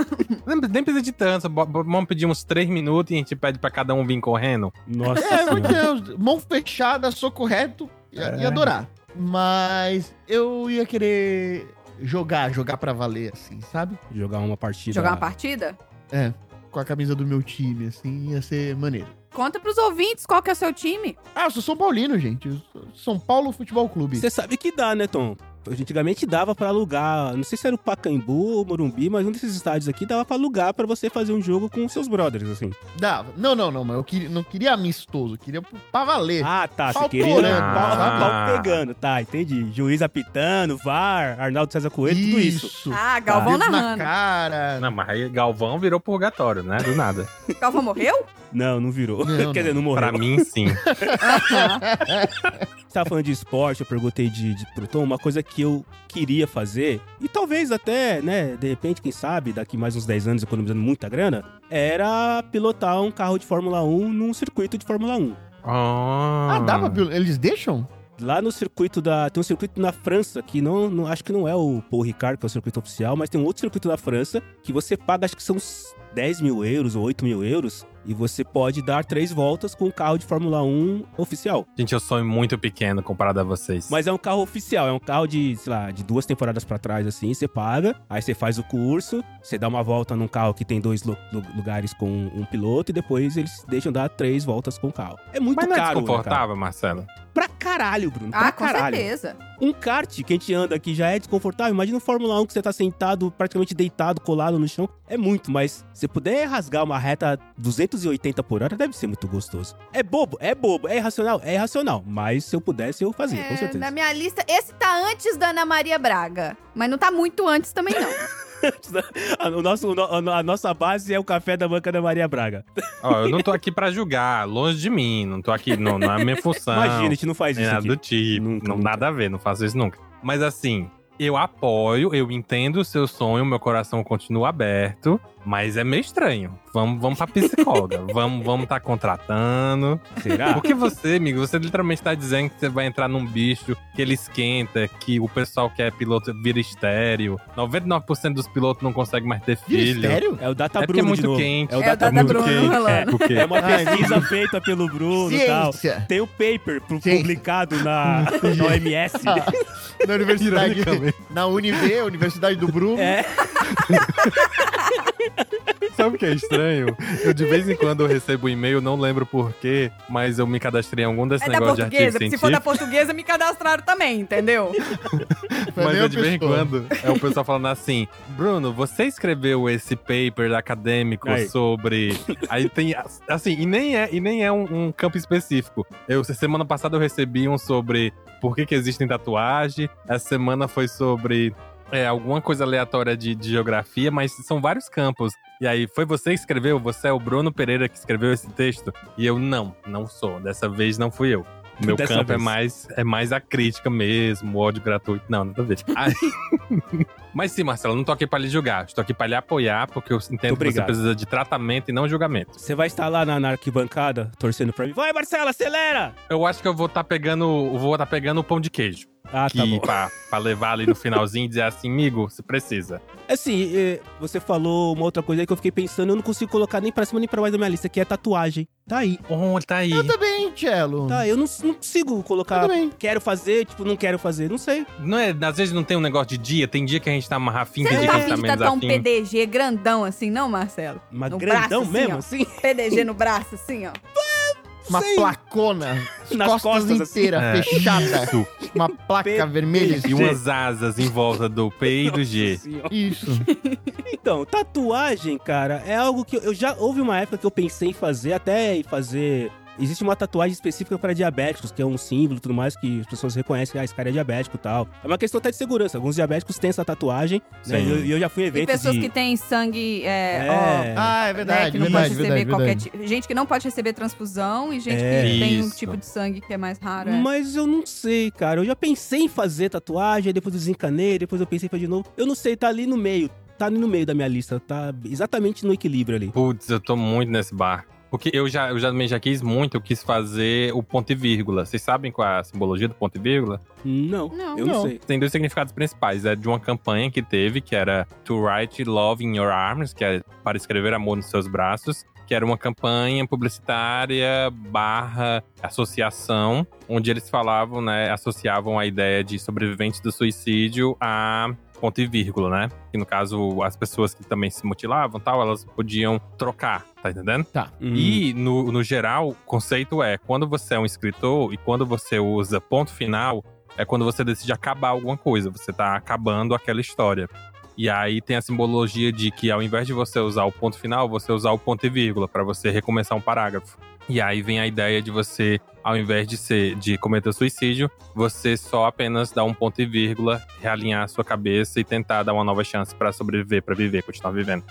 Nem, nem precisa de tanto. bo- bo- Vamos pedir uns três minutos e a gente pede pra cada um vir correndo.
Nossa
É, meu
senhora.
Deus. Mão fechada, soco reto. Ia,
É.
ia adorar. Mas eu ia querer jogar, jogar pra valer, assim, sabe?
Jogar uma partida.
Jogar uma partida?
É, com a camisa do meu time, assim, ia ser maneiro.
Conta pros ouvintes qual que é o seu time.
Ah, eu sou São Paulino, gente. Eu sou São Paulo Futebol Clube.
Você sabe que dá, né, Tom? Antigamente dava pra alugar, não sei se era o Pacaembu ou Morumbi, mas um desses estádios aqui dava pra alugar pra você fazer um jogo com seus brothers, assim.
Dava. Não, não, não, mas eu queria, não queria amistoso, eu queria pra valer.
Ah, tá, você
Pau
queria
torando,
né? pau,
sabe?
pau pegando, tá, entendi. Juiz apitando, VAR, Arnaldo César Coelho, tudo isso.
Ah, Galvão
Tá.
Dedo na
narrando.
cara.
Não, mas aí Galvão virou purgatório, né? Do nada.
Tá.
Galvão morreu?
Não, não virou.
Não,
Quer dizer, não morreu.
pra mim, sim.
Você tava falando de esporte, eu perguntei de, de pro Tom, uma coisa que eu queria fazer, e talvez até, né, de repente, quem sabe, daqui mais uns 10 anos, economizando muita grana, era pilotar um carro de Fórmula 1 num circuito de Fórmula 1.
Ah,
Ah,
dá pra... pil- Eles deixam?
Lá no circuito da. Tem um circuito na França, que não, não- acho que não é o Paul Ricard, que é o circuito oficial, mas tem um outro circuito na França que você paga, acho que são uns 10 mil euros ou 8 mil euros, e você pode dar três voltas com um carro de Fórmula 1 oficial.
Gente, eu sonho muito pequeno comparado a vocês.
Mas é um carro oficial, é um carro de, sei lá, de duas temporadas pra trás, assim, você paga, aí você faz o curso, você dá uma volta num carro que tem dois lu- lu- lugares com um, um piloto e depois eles deixam dar três voltas com o carro. É muito
Mas não é
caro, né, cara?
desconfortável, Marcelo?
Pra caralho, Bruno, pra
Ah, com
caralho.
certeza.
Um kart que a gente anda aqui já é desconfortável, imagina um Fórmula 1 que você tá sentado, praticamente deitado, colado no chão, é muito, mas se puder rasgar uma reta 280 por hora, deve ser muito gostoso. É bobo, é bobo, é irracional, é irracional, mas se eu pudesse, eu fazia,
É,
com certeza.
na minha lista, esse tá antes da Ana Maria Braga. Mas não tá muito antes também, não.
A, o nosso, o no- a nossa base é o café da banca da Maria Braga.
Ó, eu não tô aqui pra julgar, longe de mim, não tô aqui, não, não é minha função.
Imagina, a gente não faz
nem
isso
nada do
aqui.
tipo,
Nunca,
não,
nunca.
nada a ver, não faço isso nunca. Mas assim, eu apoio, eu entendo o seu sonho, meu coração continua aberto, mas é meio estranho. Vamos, vamos pra psicóloga, vamos, vamos tá contratando.
Será?
Porque você, amigo, você literalmente tá dizendo que você vai entrar num bicho que ele esquenta, que o pessoal que é piloto vira estéreo. 99% dos pilotos não conseguem mais ter
Vira
filho.
estéreo? Tá
É o Data
É porque é
Bruno de
muito
novo.
quente.
É o
É o
Data
Data
Bruno.
Muito
Bruno,
quente,
Rolando.
é, porque
É uma
Ai,
pesquisa feita pelo Bruno e tal.
Ciência.
Tem o paper pro-
Ciência.
publicado na, na OMS.
Na universidade.
Ironicamente.
na UNB, Universidade do Bruno.
É,
Só Sabe o que é estranho? Eu de vez em quando eu recebo um e-mail, não lembro porquê, mas eu me cadastrei em algum desses
É da
negócios de artigo
portuguesa, porque se for da
científico.
portuguesa, me cadastraram também, entendeu?
Foi
Mas
nem
eu
a
de vez em
pessoa.
quando é o pessoal falando assim: Bruno, você escreveu esse paper acadêmico
Aí.
sobre. Aí tem. Assim, e nem é, e nem é um, um campo específico. Eu, semana passada eu recebi um sobre por que, que existem tatuagem. Essa semana foi sobre. é, alguma coisa aleatória de, de geografia, mas são vários campos. E aí, foi você que escreveu? Você é o Bruno Pereira que escreveu esse texto? E eu, não, não sou. Dessa vez não fui eu. Meu
Dessa
campo é
vez.
mais, é mais a crítica mesmo, o ódio gratuito. Não, nada a ver. Aí- Mas sim, Marcelo, não tô aqui pra lhe julgar. Estou aqui pra lhe apoiar, porque eu entendo que você
obrigado.
precisa de tratamento e não julgamento.
Você vai estar lá na, na arquibancada torcendo pra mim. Vai, Marcelo, acelera!
Eu acho que eu vou estar pegando. Vou tá pegando o pão de queijo.
Ah, tá
que
bom.
pra, pra levar ali no finalzinho e dizer assim, amigo, você precisa.
Assim, eh, você falou uma outra coisa aí que eu fiquei pensando, eu não consigo colocar nem pra cima nem pra baixo da minha lista, que é tatuagem. Tá aí.
Oh, tá aí.
Eu também, Cello.
Tá, eu não, não consigo
Eu
colocar.
também.
Quero fazer, tipo, não quero fazer, não sei.
Não é, às vezes não tem um negócio de dia, tem dia que a gente tá mais afim, tem
Você não
dia que
tá
a
afim
gente tá
de
menos
tatuar um
afim.
PDG grandão assim, não, Marcelo?
Mas
No
grandão
braço, assim,
mesmo,
ó.
assim?
PDG no braço, assim, ó.
Uma
Sei.
placona.
Nas
costas,
costas, assim.
inteira,
É.
fechada.
Isso.
Uma placa
Pe-
vermelha.
E umas asas em volta do P e do G.
Nossa senhora.
Isso.
Então, tatuagem, cara, é algo que eu- eu já houve uma época que eu pensei em fazer, até em fazer. Existe uma tatuagem específica para diabéticos, que é um símbolo e tudo mais que as pessoas reconhecem, ah, esse cara é diabético e tal. É uma questão até de segurança. Alguns diabéticos têm essa tatuagem, né?
Sim.
E eu, e eu já fui em
E
eventos
pessoas
de...
que têm sangue, é, ó,
É,
né,
Ah, é
que
verdade.
não
verdade,
pode receber
verdade,
qualquer
verdade.
tipo. Gente que não pode receber transfusão e gente
É.
que tem um
Isso.
tipo de sangue que é mais raro. é.
Mas eu não sei, cara. Eu já pensei em fazer tatuagem, aí depois eu desencanei, depois eu pensei em fazer de novo. Eu não sei, tá ali no meio. Tá ali no meio da minha lista. Tá exatamente no equilíbrio ali.
Putz, eu tô muito nesse bar. Porque eu já, eu já também já quis muito, eu quis fazer o ponto e vírgula. Vocês sabem qual é a simbologia do ponto e vírgula?
Não,
Não.
eu não, sei.
Tem dois significados principais. É de uma campanha que teve, que era To Write Love in Your Arms, que é para escrever amor nos seus braços, que era uma campanha publicitária barra associação, onde eles falavam, né, associavam a ideia de sobreviventes do suicídio a ponto e vírgula, né? Que no caso, as pessoas que também se mutilavam e tal, elas podiam trocar, tá entendendo? E, no, no geral, o conceito é quando você é um escritor e quando você usa ponto final, é quando você decide acabar alguma coisa, você tá acabando aquela história. E aí tem a simbologia de que ao invés de você usar o ponto final, você usar o ponto e vírgula para você recomeçar um parágrafo. E aí vem a ideia de você, ao invés de ser de cometer suicídio, você só apenas dar um ponto e vírgula, realinhar a sua cabeça e tentar dar uma nova chance para sobreviver, para viver, continuar vivendo.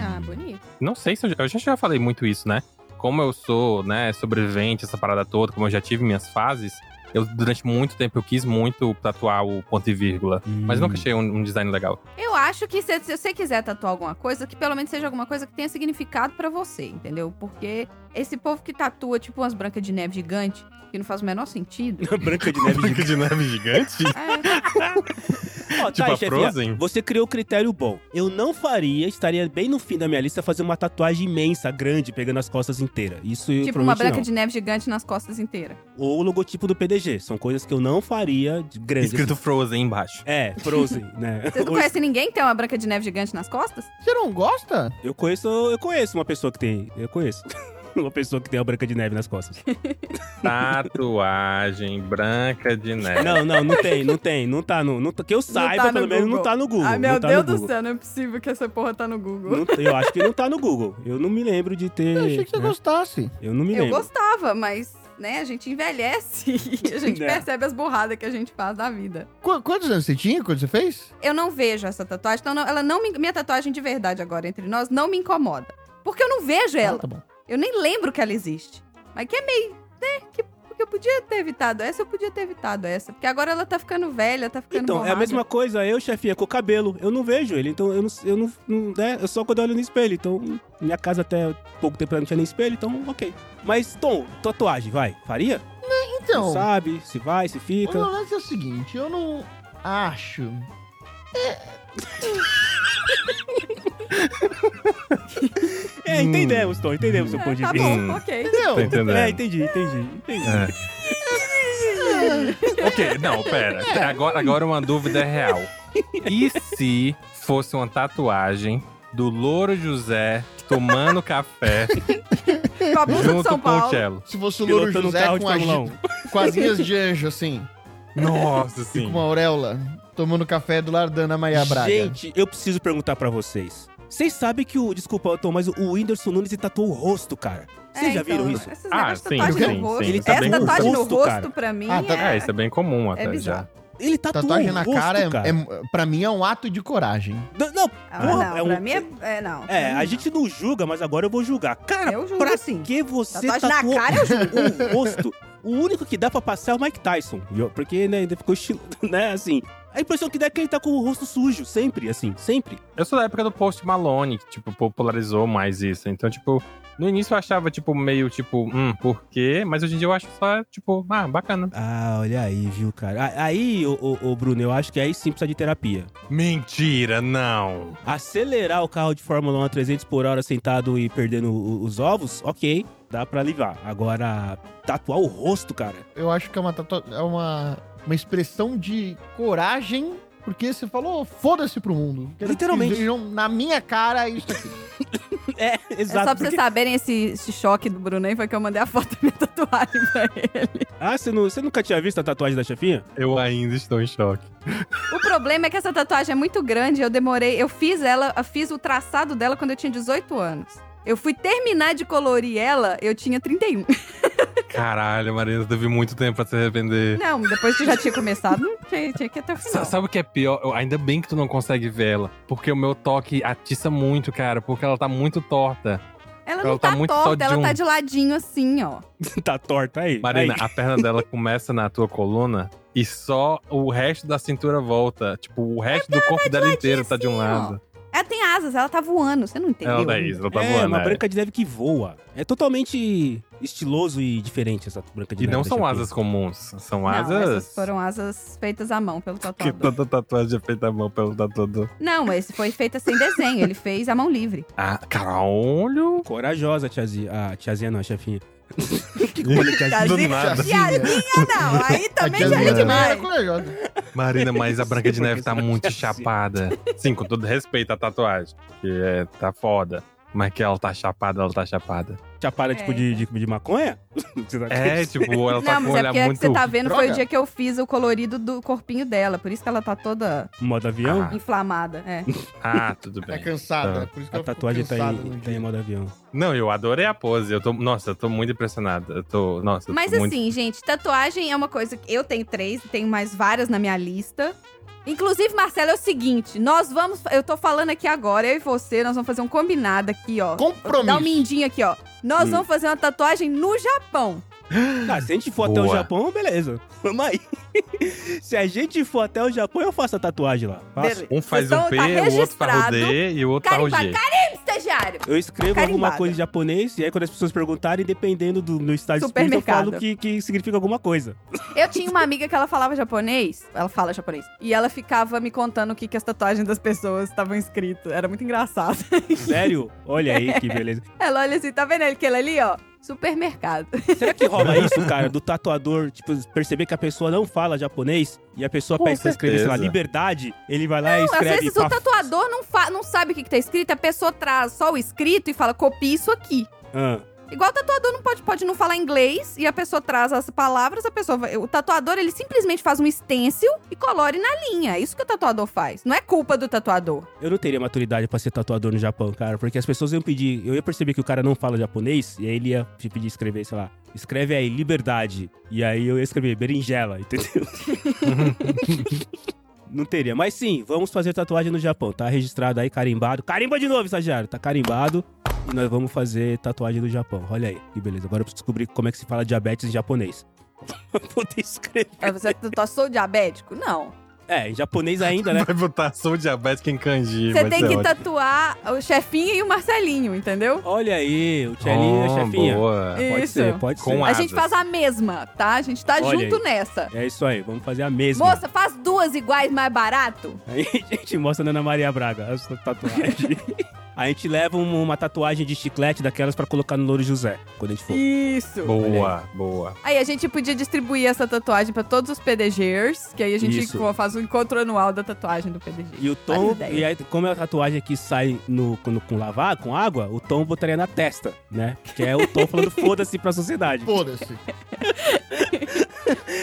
Ah, bonito.
Não sei se eu, eu já, já falei muito isso, né? Como eu sou, né, sobrevivente, essa parada toda, como eu já tive minhas fases, eu durante muito tempo eu quis muito tatuar o ponto e vírgula.
Hum.
Mas nunca achei um, um design legal.
Eu acho que se, se você quiser tatuar alguma coisa, que pelo menos seja alguma coisa que tenha significado pra você, entendeu? Porque esse povo que tatua tipo umas brancas de neve gigante, que não faz o menor sentido.
Branca de neve.
Branca de neve gigante?
É,
Ó, tá
Tipo
aí,
a
chefinha.
Frozen?
Você criou o critério bom. Eu não faria, estaria bem no fim da minha lista, fazer uma tatuagem imensa, grande, pegando as costas inteiras. Isso eu
tipo uma
provavelmente
branca
não.
de neve gigante nas costas inteiras.
Ou o logotipo do PDG. São coisas que eu não faria de grande.
Escrito
assim.
Frozen embaixo.
É, Frozen, né?
Vocês não
Ou-
conhecem ninguém que tem uma branca de neve gigante nas costas?
Você não gosta?
Eu conheço, eu conheço uma pessoa que tem. Eu conheço. Uma pessoa que tem a branca de neve nas costas.
Tatuagem branca de neve.
Não, não, não tem, não tem. Não tá no. Não tá- que eu saiba,
tá no
pelo menos, não
Google.
tá no Google.
Ai, meu
não tá
Deus
no
do
Google.
céu, não é possível que essa porra tá no Google.
Não- eu acho que não tá no Google. Eu não me lembro de ter.
Eu achei que você
né?
gostasse.
Eu não me
Eu
lembro.
gostava, mas, né, a gente envelhece e a gente
Né.
percebe as burradas que a gente faz da vida.
Qu- quantos anos você tinha quando você fez?
Eu não vejo essa tatuagem, então não- ela não me, minha tatuagem de verdade agora entre nós não me incomoda. Porque eu não vejo
Ah,
ela.
tá bom.
Eu nem lembro que ela existe. Mas que é meio, né, que, que eu podia ter evitado essa, eu podia ter evitado essa. Porque agora ela tá ficando velha, tá ficando
Então, é a
borrada.
mesma coisa, eu, chefinha, com o cabelo. Eu não vejo ele, então eu não. Eu não, não- né? Eu só quando eu olho no espelho. Então, minha casa até pouco tempo não tinha nem espelho, então, ok. Mas, Tom, tatuagem, vai. Faria? Não
Então,
sabe então. se vai, se
o
fica.
meu lance é o seguinte, eu não acho.
Tá É, entendemos, Tom, entendemos o seu
É,
ponto de
tá
vista.
bom,
Hum.
ok.
Entendeu?
Tô entendendo.
É, entendi, entendi. entendi.
É.
ok, não, pera.
É.
Agora, agora uma dúvida é real. E se fosse uma tatuagem do Louro José tomando café
Com a blusa de
junto
São
com o
Paulo.
cello.
Se fosse o Louro
Pilotando um
José
carro de
com, a,
Fórmula 1.
gi- com as linhas de anjo, assim,
Nossa,
e com
sim.
uma auréola, tomando café do lado da Ana Maria É Braga.
Gente, eu preciso perguntar pra vocês. Vocês sabem que o. Desculpa, Tom, mas o Whindersson Nunes ele tatuou o rosto, cara.
É,
Vocês É, então. já
então,
viram isso?
Esses
Ah,
negócios de
sim,
tatuagem
sim,
no rosto.
sim,
Ele
Essa
tá bem no
tatuagem no
rosto,
rosto,
cara.
pra mim,
Ah, tá-
É,
é...
isso é bem comum
É
até
bizarro.
já.
Ele tatuou
Tatuagem
o
na
tá rosto,
cara, é,
cara.
é- pra mim é um ato de coragem.
Não, não,
Ah,
porra,
não,
é um-
pra mim é... é não.
É, a gente não julga, mas agora eu vou julgar. Cara,
Eu julgo,
pra
sim.
que você
Tatuagem na
tatuou
cara, eu
o rosto? O único que dá pra passar é o Mike Tyson. viu? Porque, né, ele ficou estilo, né, assim. A impressão que dá é que ele tá com o rosto sujo, sempre, assim, sempre.
Eu sou da época do Post Malone, que, tipo, popularizou mais isso. Então, tipo, no início eu achava, tipo, meio, tipo, hum, por quê? Mas hoje em dia eu acho só, tipo, ah, bacana.
Ah, olha aí, viu, cara. A- Aí, ô, ô, ô, Bruno, eu acho que aí sim precisa de terapia.
Mentira, não.
Acelerar o carro de Fórmula 1 a 300 por hora sentado e perdendo o- os ovos, ok, dá pra aliviar. Agora, tatuar o rosto, cara.
Eu acho que é uma, tatua- é uma, uma expressão de coragem, porque você falou, "Oh, foda-se pro mundo. Quero
Literalmente.
Que vejam na minha cara isso aqui.
É,
É
exato.
só pra
porque-
vocês saberem esse, esse choque do Bruno aí, foi que eu mandei a foto da minha tatuagem pra ele.
Ah, você, não- você nunca tinha visto a tatuagem da chefinha?
Eu ainda estou em choque.
O problema é que essa tatuagem é muito grande, eu demorei, eu fiz ela, eu fiz o traçado dela quando eu tinha 18 anos. Eu fui terminar de colorir ela, eu tinha 31.
Caralho, Marina, teve muito tempo pra se arrepender.
Não, depois que já tinha começado, não tinha, tinha que ir até o
Sa-
final.
Sabe o que é pior? Eu- Ainda bem que tu não consegue ver ela. Porque o meu toque atiça muito, cara. Porque ela tá muito torta.
Ela
ela
não
tá
tá,
muito só de
torta, ela
um.
tá de ladinho assim, ó.
tá torta aí.
Marina,
Aí.
a perna dela começa na tua coluna e só o resto da cintura volta. Tipo, o resto do corpo dela inteiro tá de um
assim, ó.
lado.
Ela tem asas, ela tá voando, você não entendeu?
Ela tá isso, ela tá
é,
voando.
uma
é.
branca de neve que voa. É totalmente estiloso e diferente essa branca de
E
neve.
não
da
são
Shopee.
asas comuns, são
Não,
asas.
essas foram asas feitas à mão pelo
Que
tatuador.
tanta tatuagem é feita à mão pelo tatuador.
Não, mas foi feita sem desenho, ele fez à mão livre.
Ah, caralho!
Corajosa, tiazinha. Ah, tiazinha não, a chefinha. que olho, tiazinha.
Do
Tiazinha.
nada.
Tiazinha ah, não, aí também já é
A tiazinha também era
demais.
corajosa.
Marina, mas a Branca de
Sim,
Neve tá
porque
muito
isso é assim.
chapada. Sim, com todo respeito à tatuagem. Que é, tá foda. Mas que ela tá chapada, ela tá chapada.
Chapada, tipo,
É.
de, de, de maconha? Você tá-
É, tipo, ela tá
Não,
com o
mas é
olhar
porque
muito.
você tá vendo foi
Droga.
o dia que eu fiz o colorido do corpinho dela. Por isso que ela tá toda
Modo avião?
Ah.
inflamada. É.
Ah, tudo
Tá
bem.
cansada.
Tá.
Por isso que
a
ela ficou
tatuagem tá
né,
cansada
em,
no
tá em
dia.
modo avião.
Não, eu adorei a pose. Eu tô, nossa, eu tô muito impressionado. Eu tô, nossa, eu
Mas
tô muito...
assim, gente, tatuagem é uma coisa que eu tenho três, tenho mais várias na minha lista. Inclusive, Marcelo, é o seguinte, nós vamos. Eu tô falando aqui agora, eu e você, nós vamos fazer um combinado aqui, ó. Dá um
Compromisso.
mindinho aqui, ó. Nós
Hum.
vamos fazer uma tatuagem no Japão.
Ah, se a gente for até
Boa.
o Japão, beleza. Vamos aí. se a gente for até o Japão, eu faço a tatuagem lá. Faço.
Beleza.
Um faz
Então
um P,
tá
o outro faz o
registrado.
D e o outro faz o
Carimbado.
G.
Carimba, estagiário!
Eu escrevo
Carimbada.
alguma coisa em japonês, e aí quando as pessoas perguntarem, dependendo do meu estado de espírito, eu
Supermercado.
falo que, que significa alguma coisa.
Eu tinha uma amiga que ela falava japonês. Ela fala japonês. E ela ficava me contando o que, que as tatuagens das pessoas estavam escritas. Era muito engraçado.
Sério? Olha aí que beleza.
Ela olha assim, tá vendo aquele ali, ó? Supermercado.
Será que rola isso, cara, do tatuador, tipo, perceber que a pessoa não fala japonês e a pessoa
Com
pede pra escrever, sei lá,
certeza.
liberdade, ele vai lá e
Não, às
escreve.
vezes o
pra-
tatuador não, fa- não sabe o que, que tá escrito, a pessoa traz só o escrito e fala, copia isso aqui.
Ah,
Igual o tatuador não pode, pode não falar inglês e a pessoa traz as palavras, a pessoa vai- o tatuador ele simplesmente faz um stencil e colore na linha. É isso que o tatuador faz. Não é culpa do tatuador.
eu não teria maturidade pra ser tatuador no Japão, cara, porque as pessoas iam pedir, eu ia perceber que o cara não fala japonês e aí ele ia te pedir escrever, sei lá, escreve aí liberdade e aí eu ia escrever berinjela, entendeu? Não teria, mas sim, vamos fazer tatuagem no Japão, tá registrado aí, carimbado. Carimba de novo, estagiário, tá carimbado. E nós vamos fazer tatuagem do Japão. Olha aí, que beleza. Agora eu preciso descobrir como é que se fala diabetes em japonês. Pra poder escrever.
Aí você "Tô- sou diabético? Não.
É, em japonês ainda, né?
Vai botar sou diabético em kanji.
Você
vai
tem
ser
que tá-
ótimo.
tatuar o chefinho e o Marcelinho, entendeu?
Olha aí, o Tchelinho e a
Oh,
chefinha.
Boa.
E-
Pode
Isso.
ser, pode
Com
ser.
a-
A gente faz a mesma, tá? A gente tá
Olha
junto
aí.
nessa.
É isso aí, vamos fazer a mesma.
Moça, faz duas iguais mais barato.
Aí a gente mostra a Ana Maria Braga, a sua tatuagem. A gente leva uma, uma tatuagem de chiclete daquelas pra colocar no Louro José, quando a gente for.
Isso.
Boa, boa.
Aí a gente podia distribuir essa tatuagem pra todos os PDGers, que aí a gente
Isso.
co- faz o encontro anual da tatuagem do PDG.
E o Tom,
ideia.
e aí, como é a tatuagem aqui sai no, com, com lavar, com água, o Tom botaria na testa, né? Que é o Tom falando foda-se pra
um
sociedade.
Foda-se.
É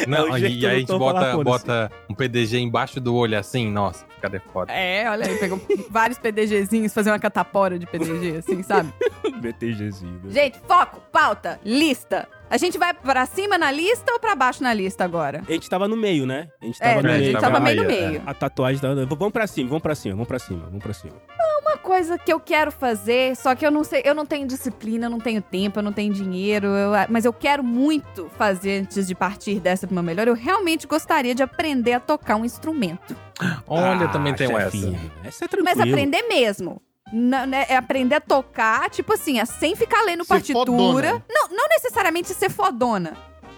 Não,
o
e-
jeito
e,
do
aí a gente
Tom falar,
bota,
foda-se.
bota um PDG embaixo do olho assim, nossa, cadê foda?
É, olha aí, pegou vários PDGzinhos, fazer uma catapora de PDG, assim, sabe?
BTGzinho. meu.
Gente, foco, pauta, lista. A gente vai pra cima na lista ou pra baixo na lista agora?
A gente tava no meio, né? A gente
É,
tava no
a
né,
meio. é.
gente
tava
tava
na
meio no
meia,
meio.
A tatuagem tava. Vamos pra cima, vamos pra cima, vamos pra cima, vamos pra cima.
Uma coisa que eu quero fazer, só que eu não sei, eu não tenho disciplina, eu não tenho tempo, eu não tenho dinheiro, eu- ah, mas eu quero muito fazer antes de partir dessa pra uma melhor. Eu realmente gostaria de aprender a tocar um instrumento.
Olha,
Ah,
eu também tenho essa.
chefinha, Essa é tranquila.
Mas aprender mesmo. Na- né, é aprender a tocar, tipo assim, é sem ficar lendo
Ser
partitura.
fodona.
Não, não necessariamente ser fodona.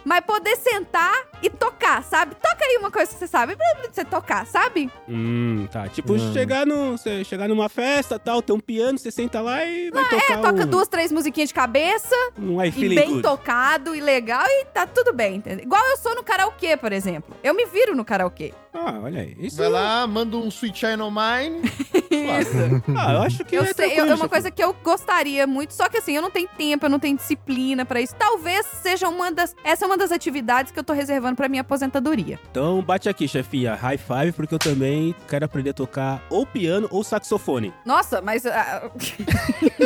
Mas poder sentar e tocar, sabe? Toca aí uma coisa que você sabe. blá, blá, Você tocar, sabe?
Hum, tá. Tipo,
Hum.
chegar, no, você chegar numa festa tal, tem um piano, você senta lá e vai tocar.
é,
É
Toca
um,
duas, três musiquinhas de cabeça,
Um I
e
Feeling
bem
Good.
tocado, e legal, e tá tudo bem, entendeu? Igual eu sou no karaokê, por exemplo. Eu me viro no karaokê.
Ah, olha aí. Isso
Vai lá, manda um Sweet Shine on Mine.
Isso.
Ah, eu acho que
Eu
é
sei, eu-
tranquilo,
é uma
chefinha.
coisa que eu gostaria muito, só que assim, eu não tenho tempo, eu não tenho disciplina pra isso. Talvez seja uma das. Essa é uma das atividades que eu tô reservando pra minha aposentadoria.
Então bate aqui, chefinha. High five, porque eu também quero aprender a tocar ou piano ou saxofone.
Nossa, mas. ah,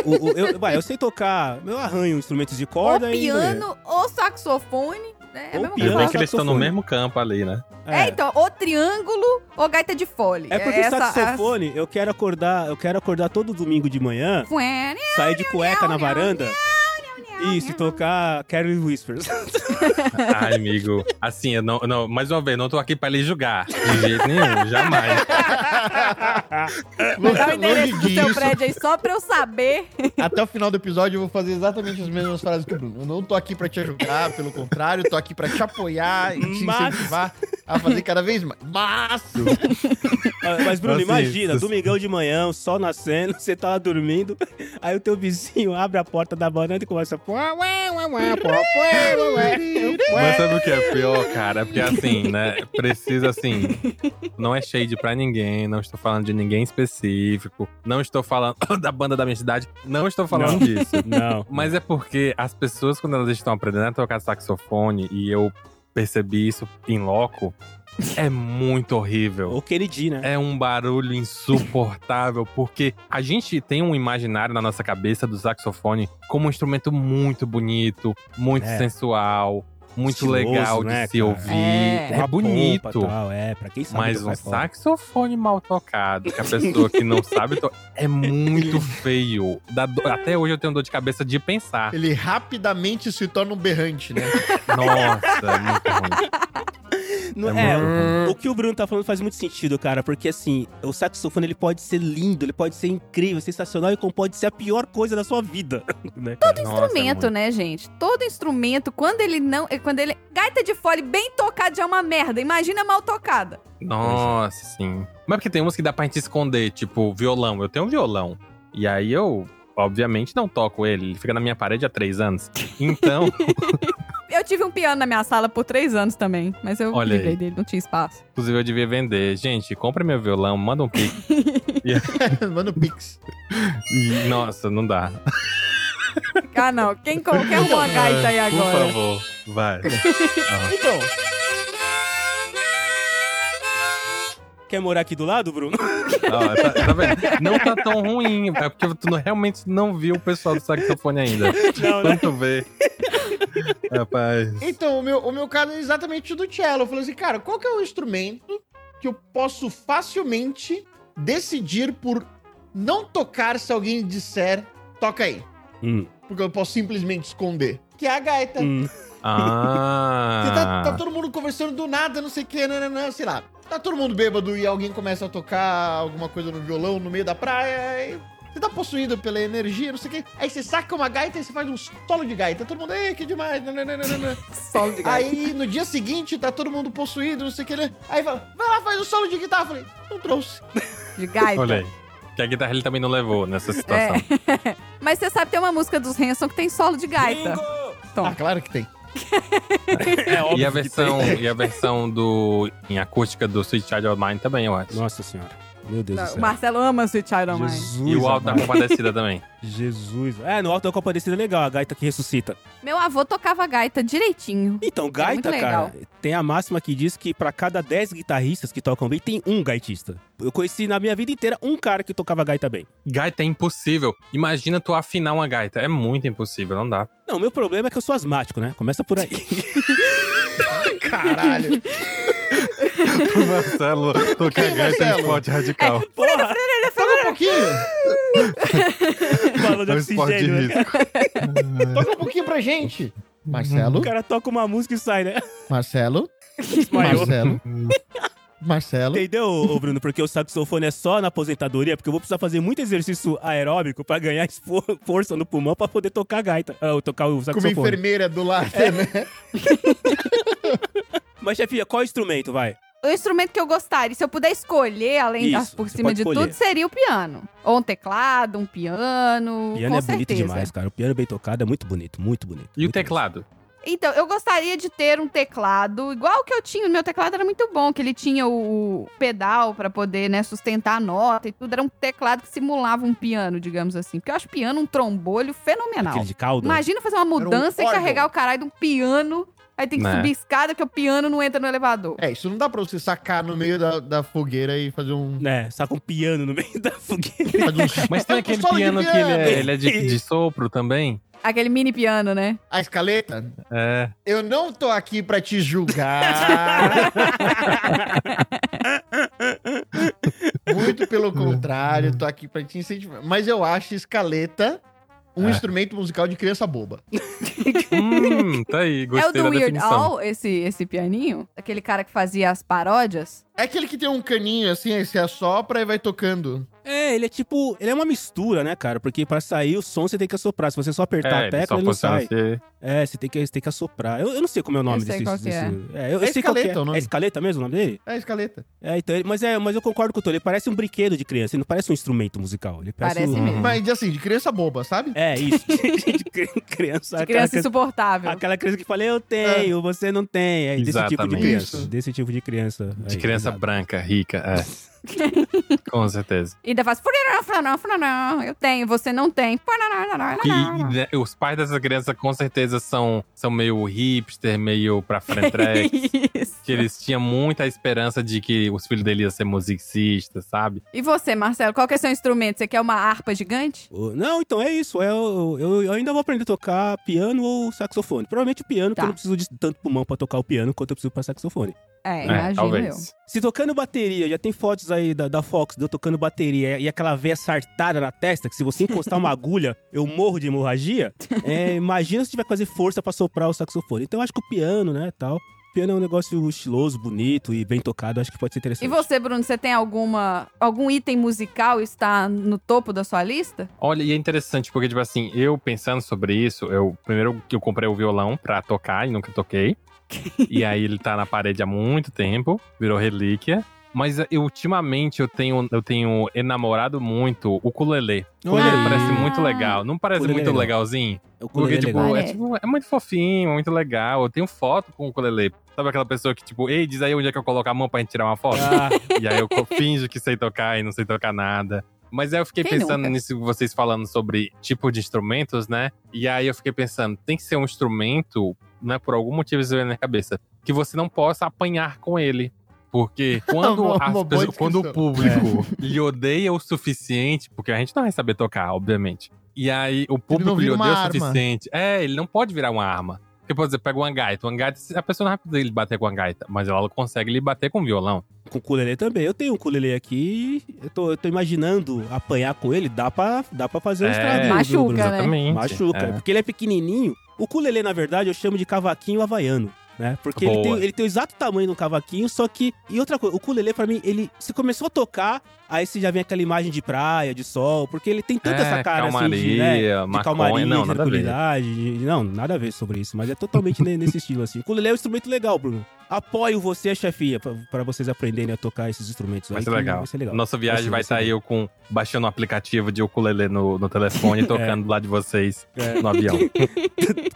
O- o- eu, vai, eu sei tocar, eu arranho instrumentos de
ou
corda e.
piano, ou saxofone, né? É a
Ou piano,
mesma
Pena
coisa.
é que eles estão no
Saxofone.
mesmo campo ali, né?
É, então, ou triângulo, ou gaita de fole.
É porque
essa-
saxofone, eu quero acordar, eu quero acordar todo domingo de manhã,
a- Fuene.
sair de cueca na
não,
varanda. Isso, e tocar Carrie Whispers.
Ai, amigo. Assim, eu não, não, mais uma vez, não tô aqui pra lhe julgar. De jeito nenhum, jamais.
Dá É o endereço do
Longe
seu
disso.
prédio aí só pra eu saber.
Até o final do episódio eu vou fazer exatamente as mesmas frases que o Bruno. Eu não tô aqui pra te ajudar, pelo contrário, eu tô aqui pra te apoiar e te
Mas-
incentivar a fazer cada vez mais. Mas
Ah, Mas, Bruno,
Assim,
imagina,
isso-
domingão de manhã, o sol nascendo, você tá lá dormindo, aí o teu vizinho abre a porta da varanda e começa.
Mas sabe o que é pior, cara? Porque assim, né? Precisa assim. Não é shade pra ninguém, não estou falando de ninguém específico, não estou falando da banda da minha cidade, não estou
Não.
falando disso.
Não.
Mas é porque as pessoas, quando elas estão aprendendo a tocar saxofone, e eu percebi isso em loco, é muito horrível.
Ou Kennedy, né?
É um barulho insuportável, porque a gente tem um imaginário na nossa cabeça do saxofone como um instrumento muito bonito, muito
É.
sensual, muito
Estiloso,
legal de
né,
se
cara?
ouvir.
É.
É,
Uma
bonito.
pompa, tal, é, pra quem sabe.
Mas
tocar
um
é foda.
saxofone mal tocado, que a pessoa que não sabe to... é muito feio. Dá do- Até hoje eu tenho dor de cabeça de pensar.
ele rapidamente se torna um berrante, né?
Nossa, é muito ruim.
Não-
É
é,
muito
o que o Bruno tá falando faz muito sentido, cara, porque assim, o saxofone ele pode ser lindo, ele pode ser incrível, sensacional, e como pode ser a pior coisa da sua vida. né, cara?
Nossa, é
instrumento,
muito-
né, gente? Todo instrumento, quando ele não. é Quando ele. Gaita de fole bem tocada já é uma merda. Imagina mal tocada.
Nossa, sim. Mas porque tem umas que dá pra gente esconder, tipo, violão. Eu tenho um violão. E aí eu, obviamente, não toco ele. Ele fica na minha parede há três anos. Então,
Eu tive um piano na minha sala por três anos também, mas eu
Olha
livrei
aí.
dele, não tinha espaço.
inclusive, eu devia vender. Gente, compra meu violão, manda um pique.
Manda o Pix.
E, nossa, não dá.
Ah, não. Quem qualquer uma gaita aí
Por
agora.
favor, vai.
Então,
Quer morar aqui do lado, Bruno?
Ó, tá, tá vendo? Não tá tão ruim. É porque tu não- realmente não viu o pessoal do saxofone ainda.
Não, né?
Quando tu vê. Rapaz.
então o, meu, o meu caso é exatamente o do cello. Eu falei assim, cara, qual que é o instrumento que eu posso facilmente decidir por não tocar se alguém disser, toca aí.
Hum,
Porque eu posso simplesmente esconder. Que é a gaita.
hum.
Você tá, tá
Ah.
todo mundo conversando do nada, não sei o que, nananã, sei lá. Tá todo mundo bêbado e alguém começa a tocar alguma coisa no violão no meio da praia. e Você tá possuído pela energia, não sei o que. Aí você saca uma gaita e você faz um solo de gaita. Todo mundo, ei, que demais. né, nananã, nananã."
Solo de gaita.
Aí no dia seguinte tá todo mundo possuído, não sei o que. né? Aí fala, vai lá, faz um solo de guitarra. Eu falei, não trouxe.
De gaita. É.
Olha aí. tá Que a guitarra ele também não levou nessa situação.
Mas você sabe, tem uma música dos Hanson que tem solo de gaita.
Ah, claro que tem.
É óbvio.
E a
que
versão,
tem.
e a versão do em acústica do Sweet Child of Mine também, eu acho.
Nossa senhora. Meu Deus do
O
céu.
Marcelo ama Sweet Child of Mine.
Jesus.
E o Alto da
amado.
Compadecida também.
Jesus. É, no Alto da Compadecida é legal, a gaita que ressuscita.
Meu avô tocava gaita direitinho.
Então, gaita,
É muito
cara,
legal.
tem a máxima que diz que pra cada 10 guitarristas que tocam bem, tem um gaitista. Eu conheci na minha vida inteira um cara que tocava gaita bem.
Gaita é impossível. Imagina tu afinar uma gaita. É muito impossível, não dá.
Não, meu problema é que eu sou asmático, né? Começa por aí.
Caralho.
é
Marcelo tocar
Quem,
um
gaita é Marcelo? esporte
radical.
Porra,
é
Só um pouquinho.
É
falando é de
É um
oxigênio. né?
Toca um pouquinho pra gente. Marcelo,
O cara toca uma música e sai, né?
Marcelo,
Desmaiou.
é.
Marcelo. Marcelo.
Entendeu, ô Bruno? Porque o saxofone é só na aposentadoria, porque eu vou precisar fazer muito exercício aeróbico pra ganhar esfor- força no pulmão pra poder tocar a gaita. Ah, ou tocar
Tá
o
Com uma
saxofone.
enfermeira do lado, né?
Mas, chefinha, qual instrumento, vai?
O instrumento que eu gostaria, se eu puder escolher, além das
Isso,
por
você
cima
pode
de
escolher.
tudo, seria o piano. Ou um teclado, um piano.
piano
com
é bonito
certeza.
demais, cara. O piano bem tocado é muito bonito, muito bonito.
E o
muito
teclado?
Então, eu gostaria de ter um teclado igual o que eu tinha. O meu teclado era muito bom, que ele tinha o pedal pra poder, né, sustentar a nota e tudo. Era um teclado que simulava um piano, digamos assim. Porque eu acho piano um trombolho
bonito.
fenomenal.
Aquele de né? caldo?
Imagina fazer uma mudança e
órgão.
carregar o caralho de um piano. Aí tem que
Né.
subir escada porque o piano não entra no elevador.
É, isso não dá pra você sacar no meio da, da fogueira e fazer um.
Né, saca um piano no meio da fogueira.
Fazer um...
Mas tem aquele
Solo de
piano que ele é,
piano.
ele é de, de sopro também.
Aquele mini piano, né?
A escaleta?
É.
Eu não tô aqui pra te julgar. Muito pelo contrário, tô aqui pra te incentivar. Mas eu acho escaleta um
É.
instrumento musical de criança boba.
Hum, tá aí, gostei
é o do
da
Weird
definição.
Al, esse, esse pianinho? Aquele cara que fazia as paródias?
É aquele que tem um caninho assim, aí você assopra e vai tocando.
É, ele é tipo. Ele é uma mistura, né, cara? Porque pra sair o som você tem que assoprar. Se você só apertar
é,
a
ele
Tá tecla,
só
ele não
funciona assim,
sai.
se-
É, você tem que, você tem que assoprar. Eu, eu não sei como é o nome
Eu sei
desse.
qual que
desse-
é.
é, eu,
É
eu sei qual que é.
escaleta o nome.
É escaleta mesmo o nome dele?
É a escaleta.
É, então, ele- mas, é, mas eu concordo com o Tom. Ele parece um brinquedo de criança, ele não parece um instrumento musical. Ele parece,
Parece
um...
mesmo.
Mas assim, de criança boba, sabe?
É, isso. de cri- criança. tá
De
aquela
criança
criança-
insuportável.
Aquela criança que fala, eu
Ah.
tenho, você não tem. É desse tipo de
Exatamente.
criança.
Isso.
Desse tipo de criança.
De
Aí,
criança
exato.
branca, rica, é. Com certeza.
E ainda faz. "Furará, furará, furará, Eu tenho, você não tem. Furará, furará,
Que,
furará".
né, os pais dessa criança com certeza são, são meio hipster, meio pra frente. né?
Isso.
que eles tinham muita esperança de que os filhos dele iam ser musicistas, sabe?
E você, Marcelo, qual que é seu instrumento? Você quer uma harpa gigante?
Ô, Não, então é isso. É, Eu, eu, eu ainda vou aprender a tocar piano ou saxofone. Provavelmente o piano, porque
Tá.
eu não preciso de tanto pulmão pra tocar o piano quanto eu preciso pra saxofone.
É,
É,
imagino
talvez.
Se tocando bateria, já tem fotos aí da, da Fox de eu tocando bateria e aquela veia sartada na testa, que se você encostar uma agulha, eu morro de hemorragia. É, imagina se tiver que fazer força pra soprar o saxofone. Então eu acho que o piano, né, tal. O piano é um negócio estiloso, bonito e bem tocado. eu Acho que pode ser
eu. E
interessante.
você, Bruno, você tem alguma algum item musical está no topo da sua lista?
Olha, e é interessante, porque, tipo assim, eu pensando sobre isso, eu primeiro que eu comprei o violão pra tocar e nunca toquei. e aí ele tá na parede há muito tempo, virou relíquia. Mas é, eu, ultimamente eu tenho, eu tenho enamorado muito o ukulele.
Olha
Ah.
Ukulele
aí.
parece muito legal. Não parece
Ukulele
muito
legal.
legalzinho?
O ukulele
Porque,
é
tipo,
legal.
é,
Parece.
tipo, é muito fofinho, é muito legal. Eu tenho foto com o ukulele. Sabe aquela pessoa que, tipo, ei, diz aí onde é que eu coloco a mão pra gente tirar uma foto?
Ah,
E aí eu co- finjo que sei tocar e não sei tocar nada. Mas aí eu fiquei
Quem
pensando
nunca?
nisso, vocês falando sobre tipo de instrumentos, né? E aí eu fiquei pensando, tem que ser um instrumento, né? Por algum motivo isso veio na minha cabeça, que você não possa apanhar com ele. Porque quando,
Uma-
as
uma boa
pessoas- quando o
descrição. É.
público lhe odeia o suficiente, porque a gente não vai saber tocar, obviamente. E aí o público lhe
vira uma
odeia o
arma.
suficiente. É, ele não pode virar uma arma. Porque, por exemplo, pega uma gaita. Uma gaita, a pessoa não vai poder lhe bater com a gaita, mas ela consegue lhe bater com o violão.
Com o ukulele também. Eu tenho um ukulele aqui. Eu tô, eu tô imaginando apanhar com ele. Dá pra, dá pra fazer um
É.
estrago. viu,
Machuca,
Bruno?
né?
Exatamente.
Machuca.
É.
Porque ele é pequenininho. O ukulele, na verdade, eu chamo de cavaquinho havaiano. Né? Porque ele
Boa.
tem, ele tem o exato tamanho do cavaquinho, só que. E outra coisa, o ukulele, pra mim, ele. Se começou a tocar, aí você já vem aquela imagem de praia, de sol, porque ele tem tanta
É,
essa cara
calmaria,
assim. De, né, de
maconha,
calmaria,
não,
de
nada a ver.
tranquilidade. de- não, nada a ver sobre isso, mas é totalmente ne- nesse estilo assim. O ukulele é um instrumento legal, Bruno. Apoio você, chefia, pra, pra vocês aprenderem a tocar esses instrumentos
Vai
aí.
ser
que
legal.
Vai ser legal.
Nossa
Vai
viagem
ser-
vai
vai ser
sair eu com baixando um aplicativo de ukulele no, no telefone e tocando lá de vocês
É.
no avião.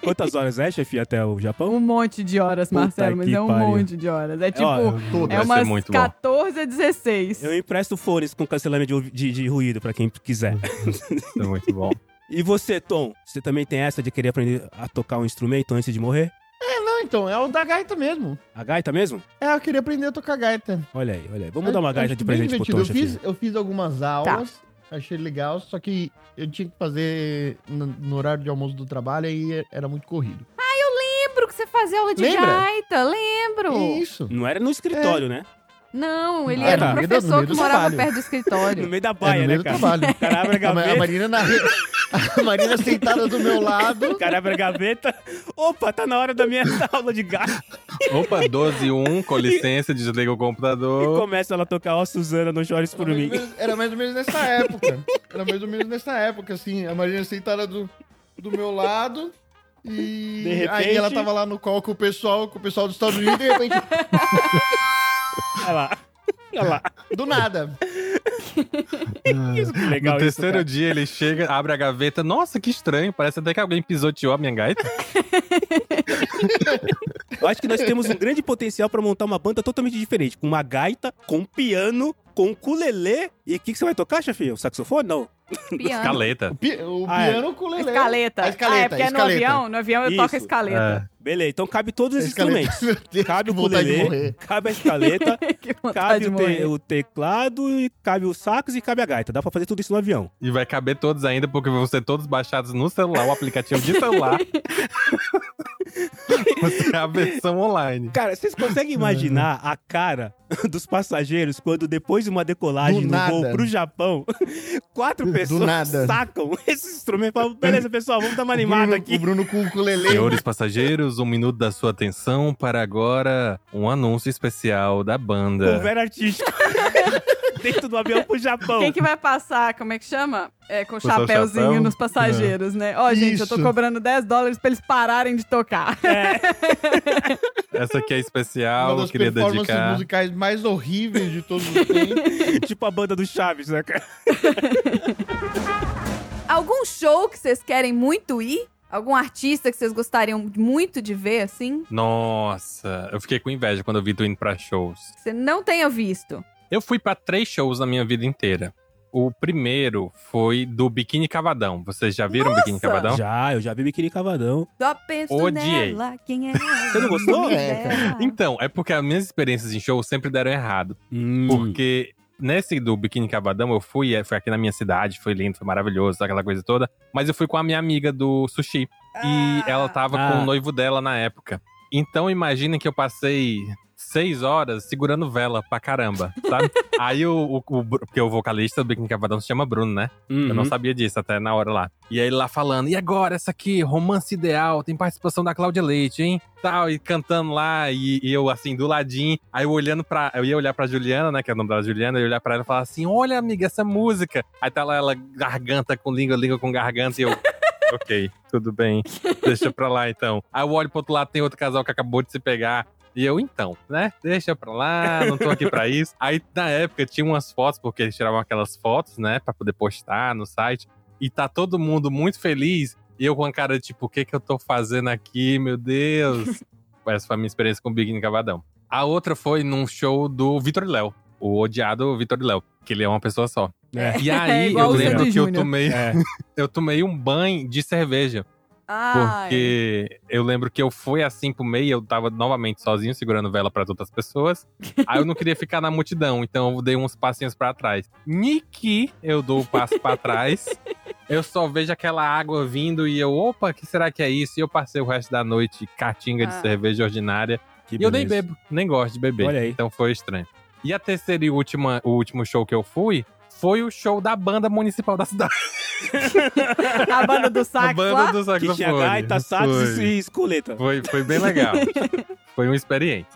Quantas horas é, chefia, até o Japão?
Um monte de horas,
Puta
Marcelo, mas
que
é um
pariu.
monte de horas. É tipo,
Ó, eu-
Todas.
é
Vai ser
umas
muito bom.
14 a 16.
Eu empresto fones com cancelamento de ouvi- de, de ruído pra quem quiser.
É muito bom.
E você, Tom? Você também tem essa de querer aprender a tocar um instrumento antes de morrer?
É, não, então, é o da gaita mesmo.
A gaita mesmo?
É, eu queria aprender a tocar gaita.
Olha aí, olha aí. Vamos dar uma
Eu
gaita
acho
de
bem
presente pro
divertido.
Tom,
eu fiz,
chefia.
eu fiz algumas aulas, achei legal, só que eu tinha que fazer no, no horário de almoço do trabalho e era muito corrido.
Lembro que você fazia aula de
Lembra?
gaita, lembro.
Que isso?
Não era no escritório,
É.
né?
Não, ele
Ah,
era
tá.
um
No
meio do- no
professor
meio
que
do
morava
trabalho.
perto do
No
escritório.
meio da
é,
baia,
no meio
né,
do
cara?
trabalho.
O cara abre a
A, Ma- a
gaveta,
Marina na re- a Marina sentada do meu lado.
o cara abre a gaveta. Opa, tá na hora da minha aula de gaita.
Opa, 12 e 1, com licença, desliga o
E
computador.
começa ela a tocar, ó, Suzana, não chores por
Era mais
mim.
ou menos- Era mais ou menos nessa época. Era mais ou menos nessa época, assim. A Marina sentada do, do meu lado. E
De repente-
aí ela tava lá no call com o pessoal, com o pessoal dos Estados Unidos, e de repente,
Olha lá. Olha lá.
do nada.
Isso que
No
legal isso,
terceiro
cara.
dia ele chega, abre a gaveta. Nossa, que estranho. Parece até que alguém pisoteou a minha gaita.
Eu acho que nós temos um grande potencial pra montar uma banda totalmente diferente. Com uma gaita, com um piano, com um ukulele. E o que, que você vai tocar, chefinho? Um Saxofone? Não.
Piano.
Caleta.
O, pi o
Ah, é.
piano com o lelê.
Escaleta.
A
Ah,
escaleta,
é porque
a
é no
escaleta. É.
avião. No avião eu toco
Isso.
a escaleta.
É.
Beleza, então cabe todos
A
esses
escaleta.
instrumentos.
Meu Deus,
Cabe o
que vontade de
ukulele,
morrer.
cabe a escaleta,
que vontade
cabe
Tá de
o, te-
morrer.
o teclado, e cabe o sax e cabe a gaita. Dá pra fazer tudo isso no avião.
E vai caber todos ainda, porque vão ser todos baixados no celular, o aplicativo de celular. Você é a versão online.
Cara, vocês conseguem imaginar a cara dos passageiros quando depois de uma decolagem
Do
no voo
nada.
pro Japão, quatro pessoas
nada.
sacam esse instrumento e falam, beleza, pessoal, vamos dar uma
O
animada
Bruno,
aqui.
o Bruno com o ukulele.
Senhores passageiros, um minuto da sua atenção para agora um anúncio especial da
Com
banda.
vera artístico. Dentro do avião pro Japão.
Quem que vai passar, como é que chama? É, com o
Passar o
chapéuzinho
chapéu?
nos passageiros, né? Ó, gente, eu tô
Isso.
cobrando 10 dólares pra eles pararem de tocar.
É.
Essa aqui é
Uma
especial, eu
das
queria
performances
dedicar.
musicais mais horríveis de todos os tempos.
Tipo a banda do Chaves, né, cara?
Algum show que vocês querem muito ir? Algum artista que vocês gostariam muito de ver, assim?
Nossa, eu fiquei com inveja quando eu vi tu indo pra shows.
Que você não tenha visto.
Eu fui pra três shows na minha vida inteira. O primeiro foi do Biquíni Cavadão. Vocês já viram o Biquíni Cavadão?
Já, eu já vi Biquíni Cavadão.
Só penso
Odiei.
nela, quem é ela?
Você não gostou?
Quem é ela?
Então, é porque as minhas experiências em show sempre deram errado.
Hum.
Porque nesse do Biquíni Cavadão eu fui, é, foi aqui na minha cidade, foi lindo, foi maravilhoso, aquela coisa toda. Mas eu fui com a minha amiga do sushi. E ela tá tava com
Ah.
o noivo dela na época. Então imagina que eu passei seis horas segurando vela pra caramba, sabe? Aí o, o, o Bru- porque o vocalista do Biquíni Cavadão se chama Bruno, né? Eu não
Uhum.
sabia disso até na hora lá. E aí ele lá falando, e agora essa aqui, romance ideal, tem participação da Cláudia Leite, hein? Tal, e cantando lá, e, e eu assim, do ladinho. Aí eu olhando pra. Eu ia olhar pra Juliana, né? Que é o nome da Juliana, eu ia olhar pra ela e falar assim: olha, amiga, essa música. Aí tá lá ela, garganta com língua, língua com garganta, e eu. Ok, tudo bem. Deixa pra lá então. Aí eu olho pro outro lado, tem outro casal que acabou de se pegar. E eu, então, né? Deixa pra lá, não tô aqui pra isso. Aí, na época, tinha umas fotos, porque eles tiravam aquelas fotos, né? Pra poder postar no site. E tá todo mundo muito feliz. E eu com a cara, tipo, o que que eu tô fazendo aqui, meu Deus? Essa foi a minha experiência com o Big Cavadão. A outra foi num show do Vitor e Léo. O odiado Vitor e Léo. Que ele é uma pessoa só.
É.
E aí,
igual
eu
o
lembro
Sandy
que eu
Júnior.
tomei,
É.
eu tomei um banho de cerveja.
Ah, Ai.
Porque eu lembro que eu fui às 5 meia, eu tava novamente sozinho, segurando vela para outras pessoas. Aí eu não queria ficar na multidão, então eu dei uns passinhos para trás. Niki, eu dou o passo para trás. Eu só vejo aquela água vindo e eu, opa, que será que é isso? E eu passei o resto da noite catinga de
Ah.
cerveja ordinária.
Que
e eu nem
beleza.
bebo, nem gosto de beber.
Olha aí.
Então foi estranho. E a terceira e última, o último show que eu fui foi o show da banda municipal da cidade.
A banda do
A
sax lá.
banda do saxofone.
Que tinha
tá
gaita, sax
Foi.
e escoleta.
Foi, foi bem legal. foi uma experiência.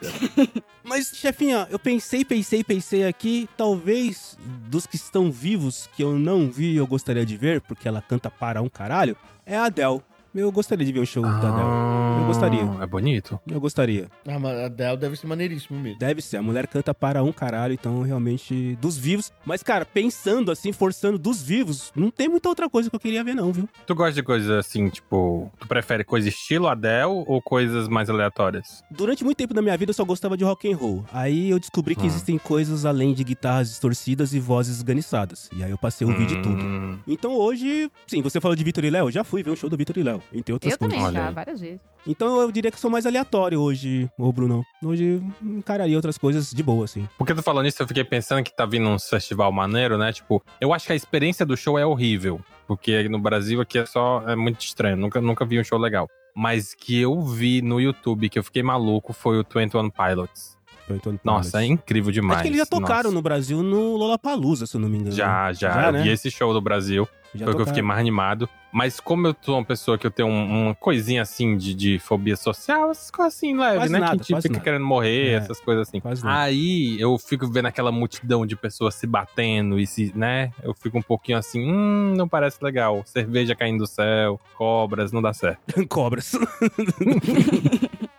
Mas, chefinha, eu pensei, pensei, pensei aqui. Talvez dos que estão vivos, que eu não vi e eu gostaria de ver, porque ela canta para um caralho, é a Adele. Eu gostaria de ver o show da
Ah.
Adele. Ah, Eu gostaria.
É bonito.
Eu gostaria.
Ah, mas a Adele deve ser maneiríssimo mesmo.
Deve ser. A mulher canta para um caralho, então realmente dos vivos. Mas, cara, pensando assim, forçando dos vivos, não tem muita outra coisa que eu queria ver, não, viu?
Tu gosta de coisas assim, tipo. Tu prefere coisa estilo Adele ou coisas mais aleatórias?
Durante muito tempo da minha vida eu só gostava de rock and roll. Aí eu descobri que
Hum.
existem coisas além de guitarras distorcidas e vozes esganiçadas. E aí eu passei a ouvir de tudo.
Hum,
Então hoje, sim, você falou de Vitor e Léo, eu já fui ver um show do Vitor e Léo, entre outras
Eu
coisas.
também,
Olha
já,
aí.
várias vezes.
Então eu diria que sou mais aleatório hoje, ô Bruno. Hoje encararia outras coisas de boa, assim.
Porque tu falando isso, eu fiquei pensando que tá vindo um festival maneiro, né? Tipo, eu acho que a experiência do show é horrível. Porque no Brasil aqui é só. É muito estranho. Nunca, nunca vi um show legal. Mas que eu vi no YouTube, que eu fiquei maluco, foi o 21 Pilots.
Pro Antônio
Nossa, é
Palhares.
incrível demais.
Acho que eles já tocaram
Nossa.
no Brasil no Lollapalooza, se eu não me engano.
Já, já.
Já,
eu
né?
vi esse show do Brasil.
já
Foi o que eu
tocaram.
fiquei mais animado. Mas como eu sou uma pessoa que eu tenho um- uma coisinha assim de, de fobia social, essas coisas assim leve,
Quase
né?
nada,
que a gente
quase
fica
nada.
querendo morrer,
É,
essas coisas assim.
quase nada.
Aí eu fico vendo aquela multidão de pessoas se batendo e se, né? Eu fico um pouquinho assim, hum, não parece legal. Cerveja caindo do céu, cobras, não dá certo.
Cobras.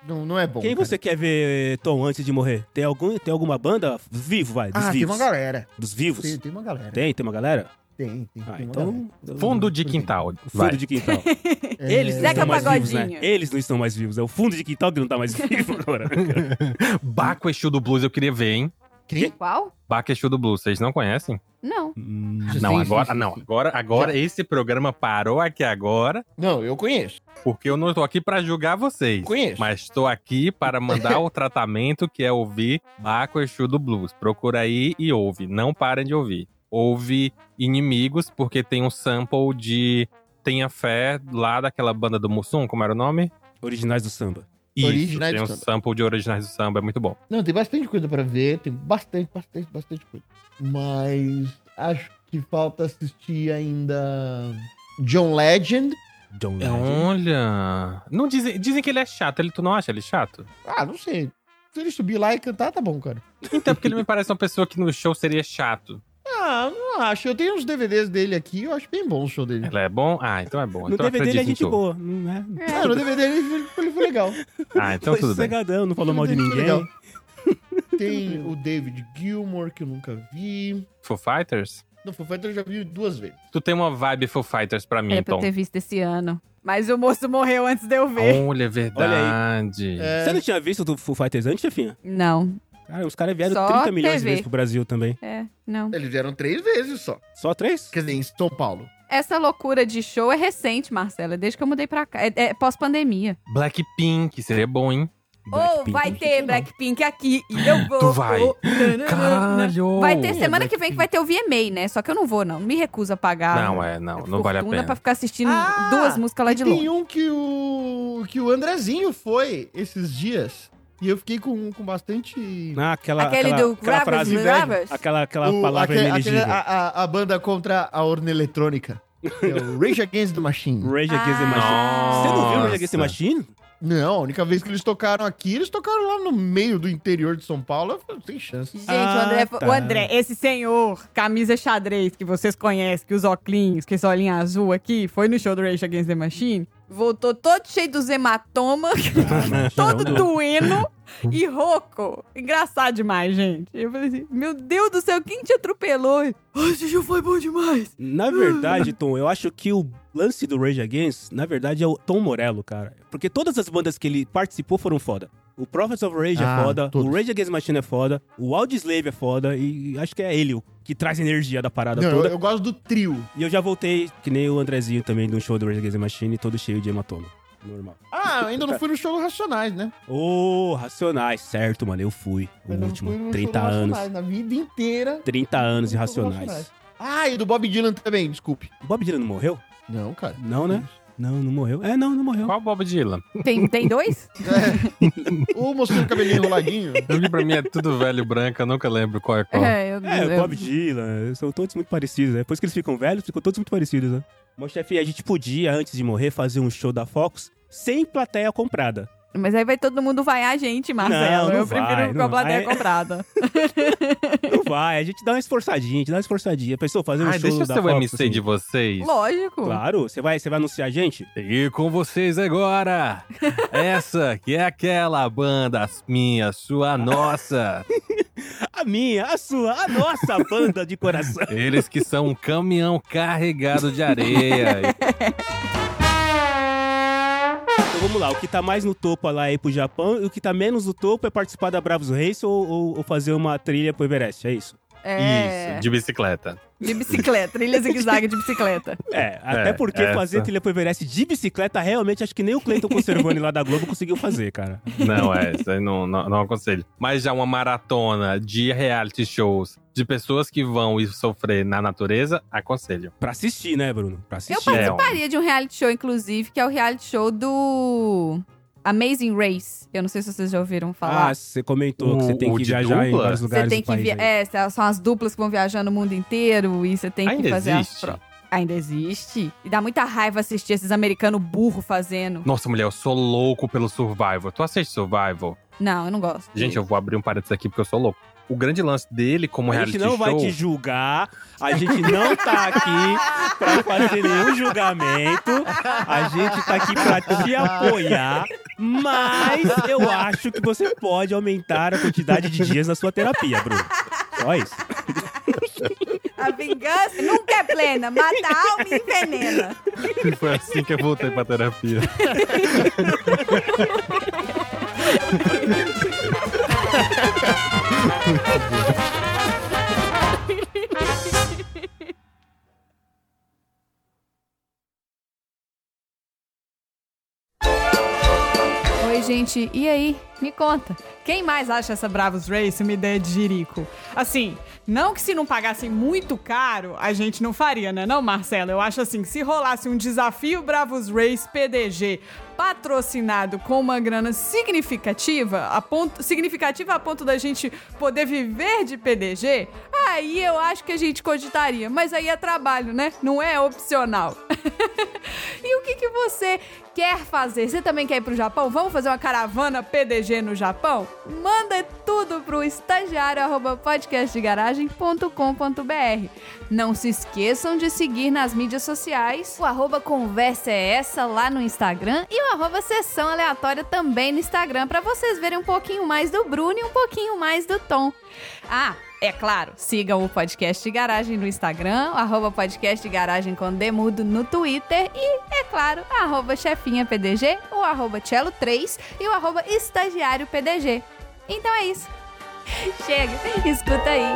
Não, não é bom.
Quem
cara.
você quer ver, Tom, antes de morrer? Tem, algum, tem alguma banda? Vivo, vai. Dos
Ah, tem
vivos.
uma galera.
Dos vivos.
Tem, tem uma galera. Tem,
Tem, tem uma galera?
tem. tem
Ah,
uma
então.
Fundo de quintal.
Fundo
Vai.
de quintal.
galera. É,
Eles não
Zeca
estão mais vivos, né?
Pagodinho.
Eles não estão mais vivos. É o fundo de quintal que não tá mais vivo agora.
Baco Exu do Blues, eu queria ver, hein?
Qual?
Baco Exu do Blues, vocês não conhecem?
Não.
Hum,
Sim,
Não,
sim,
agora,
sim,
não.
sim.
Agora, agora esse programa parou aqui agora.
Não, eu conheço.
Porque eu não tô aqui pra julgar vocês.
Conheço.
Mas tô aqui para mandar o tratamento que é ouvir Baco Exu do Blues. Procura aí e ouve. Não parem de ouvir. Ouve Inimigos, porque tem um sample de Tenha Fé lá daquela banda do Mussum, como era o nome?
originais do samba.
Originais
tem
do
um
Samba.
sample de Originais do Samba, é muito bom.
Não, tem bastante coisa pra ver. Tem bastante, bastante, bastante coisa. Mas acho que falta assistir ainda John Legend.
John
É um
Legend.
Olha... Não dizem, dizem que ele é chato, ele, tu não acha ele chato?
Ah, não sei. Se ele subir lá e cantar, tá bom, cara.
Então, porque ele me parece uma pessoa que no show seria chato.
Ah, não acho. Eu tenho uns DVDs dele aqui, eu acho bem bom o show dele.
Ele é bom? Ah, então é bom.
No
então eu
DVD ele é
acredito em
gente
tu.
boa, não é?
Ah, no DVD ele foi, ele foi legal.
Ah, então
Foi
tudo bem.
sossegadão, não falou mal de ninguém.
Legal. Tem o David Gilmore, que eu nunca vi.
Foo Fighters?
Não, Foo Fighters eu já vi duas vezes.
Tu tem uma vibe Foo Fighters pra
É,
mim,
Era pra
então.
eu ter visto esse ano. Mas o moço morreu antes de eu ver.
Olha, é verdade.
É,
Você não tinha visto do Foo Fighters antes,
Ah.
chefinha?
Não.
Cara, os caras vieram
Só
30 milhões de
TV.
vezes pro Brasil também.
É, não.
Eles vieram três vezes só.
Só três?
Quer dizer, em São Paulo.
Essa loucura de show é recente, Marcela. Desde que eu mudei pra cá. É, é pós-pandemia.
Blackpink, seria bom, hein?
Ou
Blackpink.
vai ter Blackpink aqui e eu vou.
é? Ah, Tu vai. É,
Tananana.
Caralho!
Vai ter semana que vem que vai ter o VMA, né? Só que eu não vou, não. Me recuso a pagar.
Não, é, não, não vale a
fortuna
pena.
pra ficar assistindo
Ah,
duas músicas lá de longe.
Tem um que o, que o Andrezinho foi esses dias. E eu fiquei com, com bastante...
Ah, aquela,
Aquele
aquela,
do
aquela
Gravis
frase,
Gravis?
aquela, aquela
O-
palavra
aquele-
inelegível.
aquele- a, a- a banda contra a urna eletrônica. Que é o Rage Against the Machine.
Rage Against the
Ah.
Machine. Você não viu Rage Against the
Nossa.
Machine?
Não, a única vez que eles tocaram aqui, eles tocaram lá no meio do interior de São Paulo. Eu falei, tem chance.
Gente, o, André,
Ah, tá.
o André, esse senhor, camisa xadrez que vocês conhecem, que os óculos, que esse olhinho azul aqui, foi no show do Rage Against the Machine, voltou todo cheio dos hematomas,
Ah,
todo doendo e rouco. Engraçado demais, gente. Eu falei assim, meu Deus do céu, quem te atropelou? Ai, esse show foi bom demais.
Na verdade, Tom, eu acho que o lance do Rage Against, na verdade, é o Tom Morello, cara. Porque todas as bandas que ele participou foram foda. O Prophets of Rage
Ah,
é foda,
todos.
o Rage Against the Machine é foda, o Audioslave é foda, e acho que é ele o que traz energia da parada
Não, eu,
toda.
eu gosto do trio.
E eu já voltei, que nem o Andrezinho também, de um show do Rage Against the Machine, todo cheio de hematoma. Normal.
Ah, eu ainda não fui no show do Racionais, né?
Ô, Racionais, certo, mano, eu fui. O
Eu não fui
último,
no
30
show do
anos.
Racionais, Na vida inteira.
30 anos de
Eu não fui no
Racionais.
Ah, e do Bob Dylan também, desculpe.
O Bob Dylan não morreu?
Não, cara.
Não, né? Não, não morreu. É, não, não morreu.
Qual Bob Dylan?
Tem, tem dois?
Ou mostrou É. o cabelinho enroladinho.
Eu que pra mim é tudo velho branco, eu nunca lembro qual é qual.
É, eu,
É,
eu-
o Bob Dylan, são todos muito parecidos. né? Depois que eles ficam velhos, ficam todos muito parecidos, né? Mas, chefe, a gente podia, antes de morrer, fazer um show da Fox sem plateia comprada.
Mas aí vai todo mundo vaiar a gente, Marcelo.
Não, não
eu prefiro
vai,
com a
não.
plateia
Aí-
comprada.
Não Então vai, a gente dá uma esforçadinha, a gente dá uma esforçadinha. Pensou fazer um
Ai,
show
Ah, deixa eu
da
ser o
Fox,
MC
assim.
de vocês.
Lógico.
Claro, você vai, você vai anunciar a gente?
E com vocês agora, essa que é aquela banda minha, sua, nossa.
A minha, a sua, a nossa banda de coração.
Eles que são um caminhão carregado de areia.
Então vamos lá, o que tá mais no topo lá é ir pro Japão e o que tá menos no topo é participar da Bravos Race ou, ou- ou fazer uma trilha pro Everest, é isso?
É.
Isso, de bicicleta.
De bicicleta, trilha zigue-zague de bicicleta.
É, até porque
essa.
fazer trilha pro Everest de bicicleta, realmente acho que nem o Cleiton Conservani lá da Globo conseguiu fazer, cara.
Não, é, isso aí não, não, não aconselho. Mas já uma maratona de reality shows de pessoas que vão e sofrer na natureza, aconselho.
Pra assistir, né, Bruno? Pra
Eu
assistir.
É, ó.
participaria de um reality show, inclusive, que é o reality show do Amazing Race. Eu não sei se vocês já ouviram falar.
Ah, você comentou que
O-
você tem
o
que
de
viajar em
dupla?
vários lugares
Você tem
do
que
país.
via...
aí.
É, são as duplas que vão viajando o mundo inteiro e você tem
Ainda
que fazer as
existe?
provas. Ainda existe. E dá muita raiva assistir esses americanos burro fazendo.
Nossa, mulher, eu sou louco pelo Survival. Tu assiste Survival?
Não, eu não gosto.
Gente, eu vou abrir um parênteses aqui porque eu sou louco. O grande lance dele como
A
um reality
gente não
show...
vai te julgar, a gente não tá aqui pra fazer nenhum julgamento, a gente tá aqui pra te apoiar, mas eu acho que você pode aumentar a quantidade de dias na sua terapia, Bruno. Só isso.
A vingança nunca é plena. Mata a alma e envenena.
Foi assim que eu voltei pra terapia.
Oi, gente. E aí? Me conta. Quem mais acha essa Bravos Race uma ideia de jirico?
Assim, não que se não pagassem muito caro, a gente não faria, né não, Marcelo? Eu acho assim, que se rolasse um desafio Bravos Race PDG patrocinado com uma grana significativa, a ponto, significativa a ponto da gente poder viver de PDG, aí eu acho que a gente cogitaria. Mas aí é trabalho, né? Não é opcional. E o que, que você quer fazer? Você também quer ir pro Japão? Vamos fazer uma caravana PDG no Japão? Manda tudo pro estagiário@podcastdegaragem.com.br.
Não se esqueçam de seguir nas mídias sociais.
O arroba conversa é essa lá no Instagram
E o arroba sessão aleatória também no Instagram pra vocês verem um pouquinho mais do Bruno e um pouquinho mais do Tom. Ah, é claro, sigam o Podcast de Garagem no Instagram, o arroba Podcast de Garagem com Demudo no Twitter e, é claro, arroba chefinha PDG, o arroba cello 3 e o arroba estagiário PDG. Então é isso. Chega, escuta aí.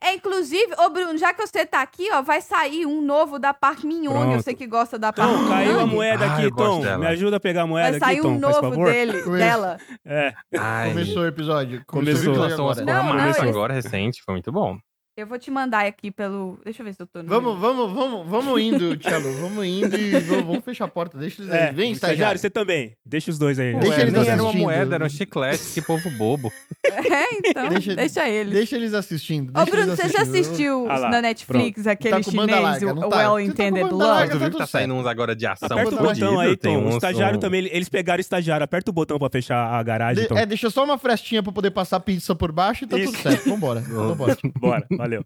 É, inclusive, ô Bruno, já que você tá aqui, ó, vai sair um novo da Park Minhone. Eu
Pronto.
sei que gosta da Park
Tom, caiu a
Minhyun.
moeda
Ah,
aqui,
eu gosto
Tom.
dela.
Me ajuda a pegar a moeda
Vai
aqui,
sair
Tom,
um
faz
novo
favor.
dele,
Começo.
dela.
É.
Ai,
Começou o episódio.
Começou.
o
lançou
episódio
umas
agora.
Não,
porra
não,
massa
eles-
agora, recente, foi muito bom.
Eu vou te mandar aqui pelo... Deixa eu ver se eu tô no...
Vamos, vamos, vamos, vamos indo, Tchelo. Vamos indo e vamos, vamos fechar a porta. Deixa eles aí.
É,
Vem,
estagiário,
estagiário.
você também. Deixa os dois aí.
Deixa
Ué,
eles
nem era uma
assistindo.
moeda, era um chiclete, que povo bobo.
É, então,
Deixa-
deixa, ele.
Deixa eles assistindo.
Ô
deixa
Bruno,
eles
você já
assistindo.
assistiu
Ah lá,
na Netflix aquele
Tá com banda
chinês,
larga,
o
não tá? Você
Well
tá com
Intended
banda
Love.
larga,
Mas tu viu que
tudo
tá
certo.
saindo uns agora de ação
Aperta o
fodido,
botão aí,
tem
Tom. O
uns-
estagiário
um-
também, ele- eles pegaram o estagiário. Aperta o botão pra fechar a garagem,
De-
Tom.
é, deixa só uma frestinha pra poder passar pizza por baixo e tá
Isso.
tudo certo. Vambora. Vambora.
Bora, valeu.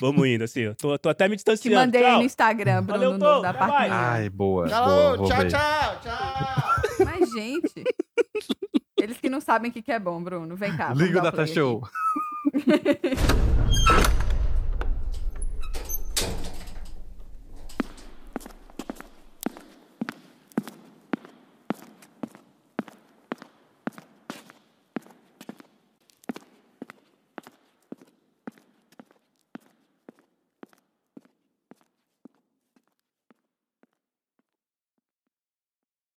Vamos indo, assim. Eu tô, tô até me
Te
distanciando.
mandei
Tchau.
no Instagram, Bruno,
Valeu,
no-
Tom.
da
Bye,
Park
bye.
Minhyun.
Ai, boa. boa,
Tchau,
vou
tchau,
ver.
tchau, tchau.
Mas, gente... Eles que não sabem o que que é bom, Bruno. Vem cá. vamos
Liga o
dar
Data
play aqui.
Show.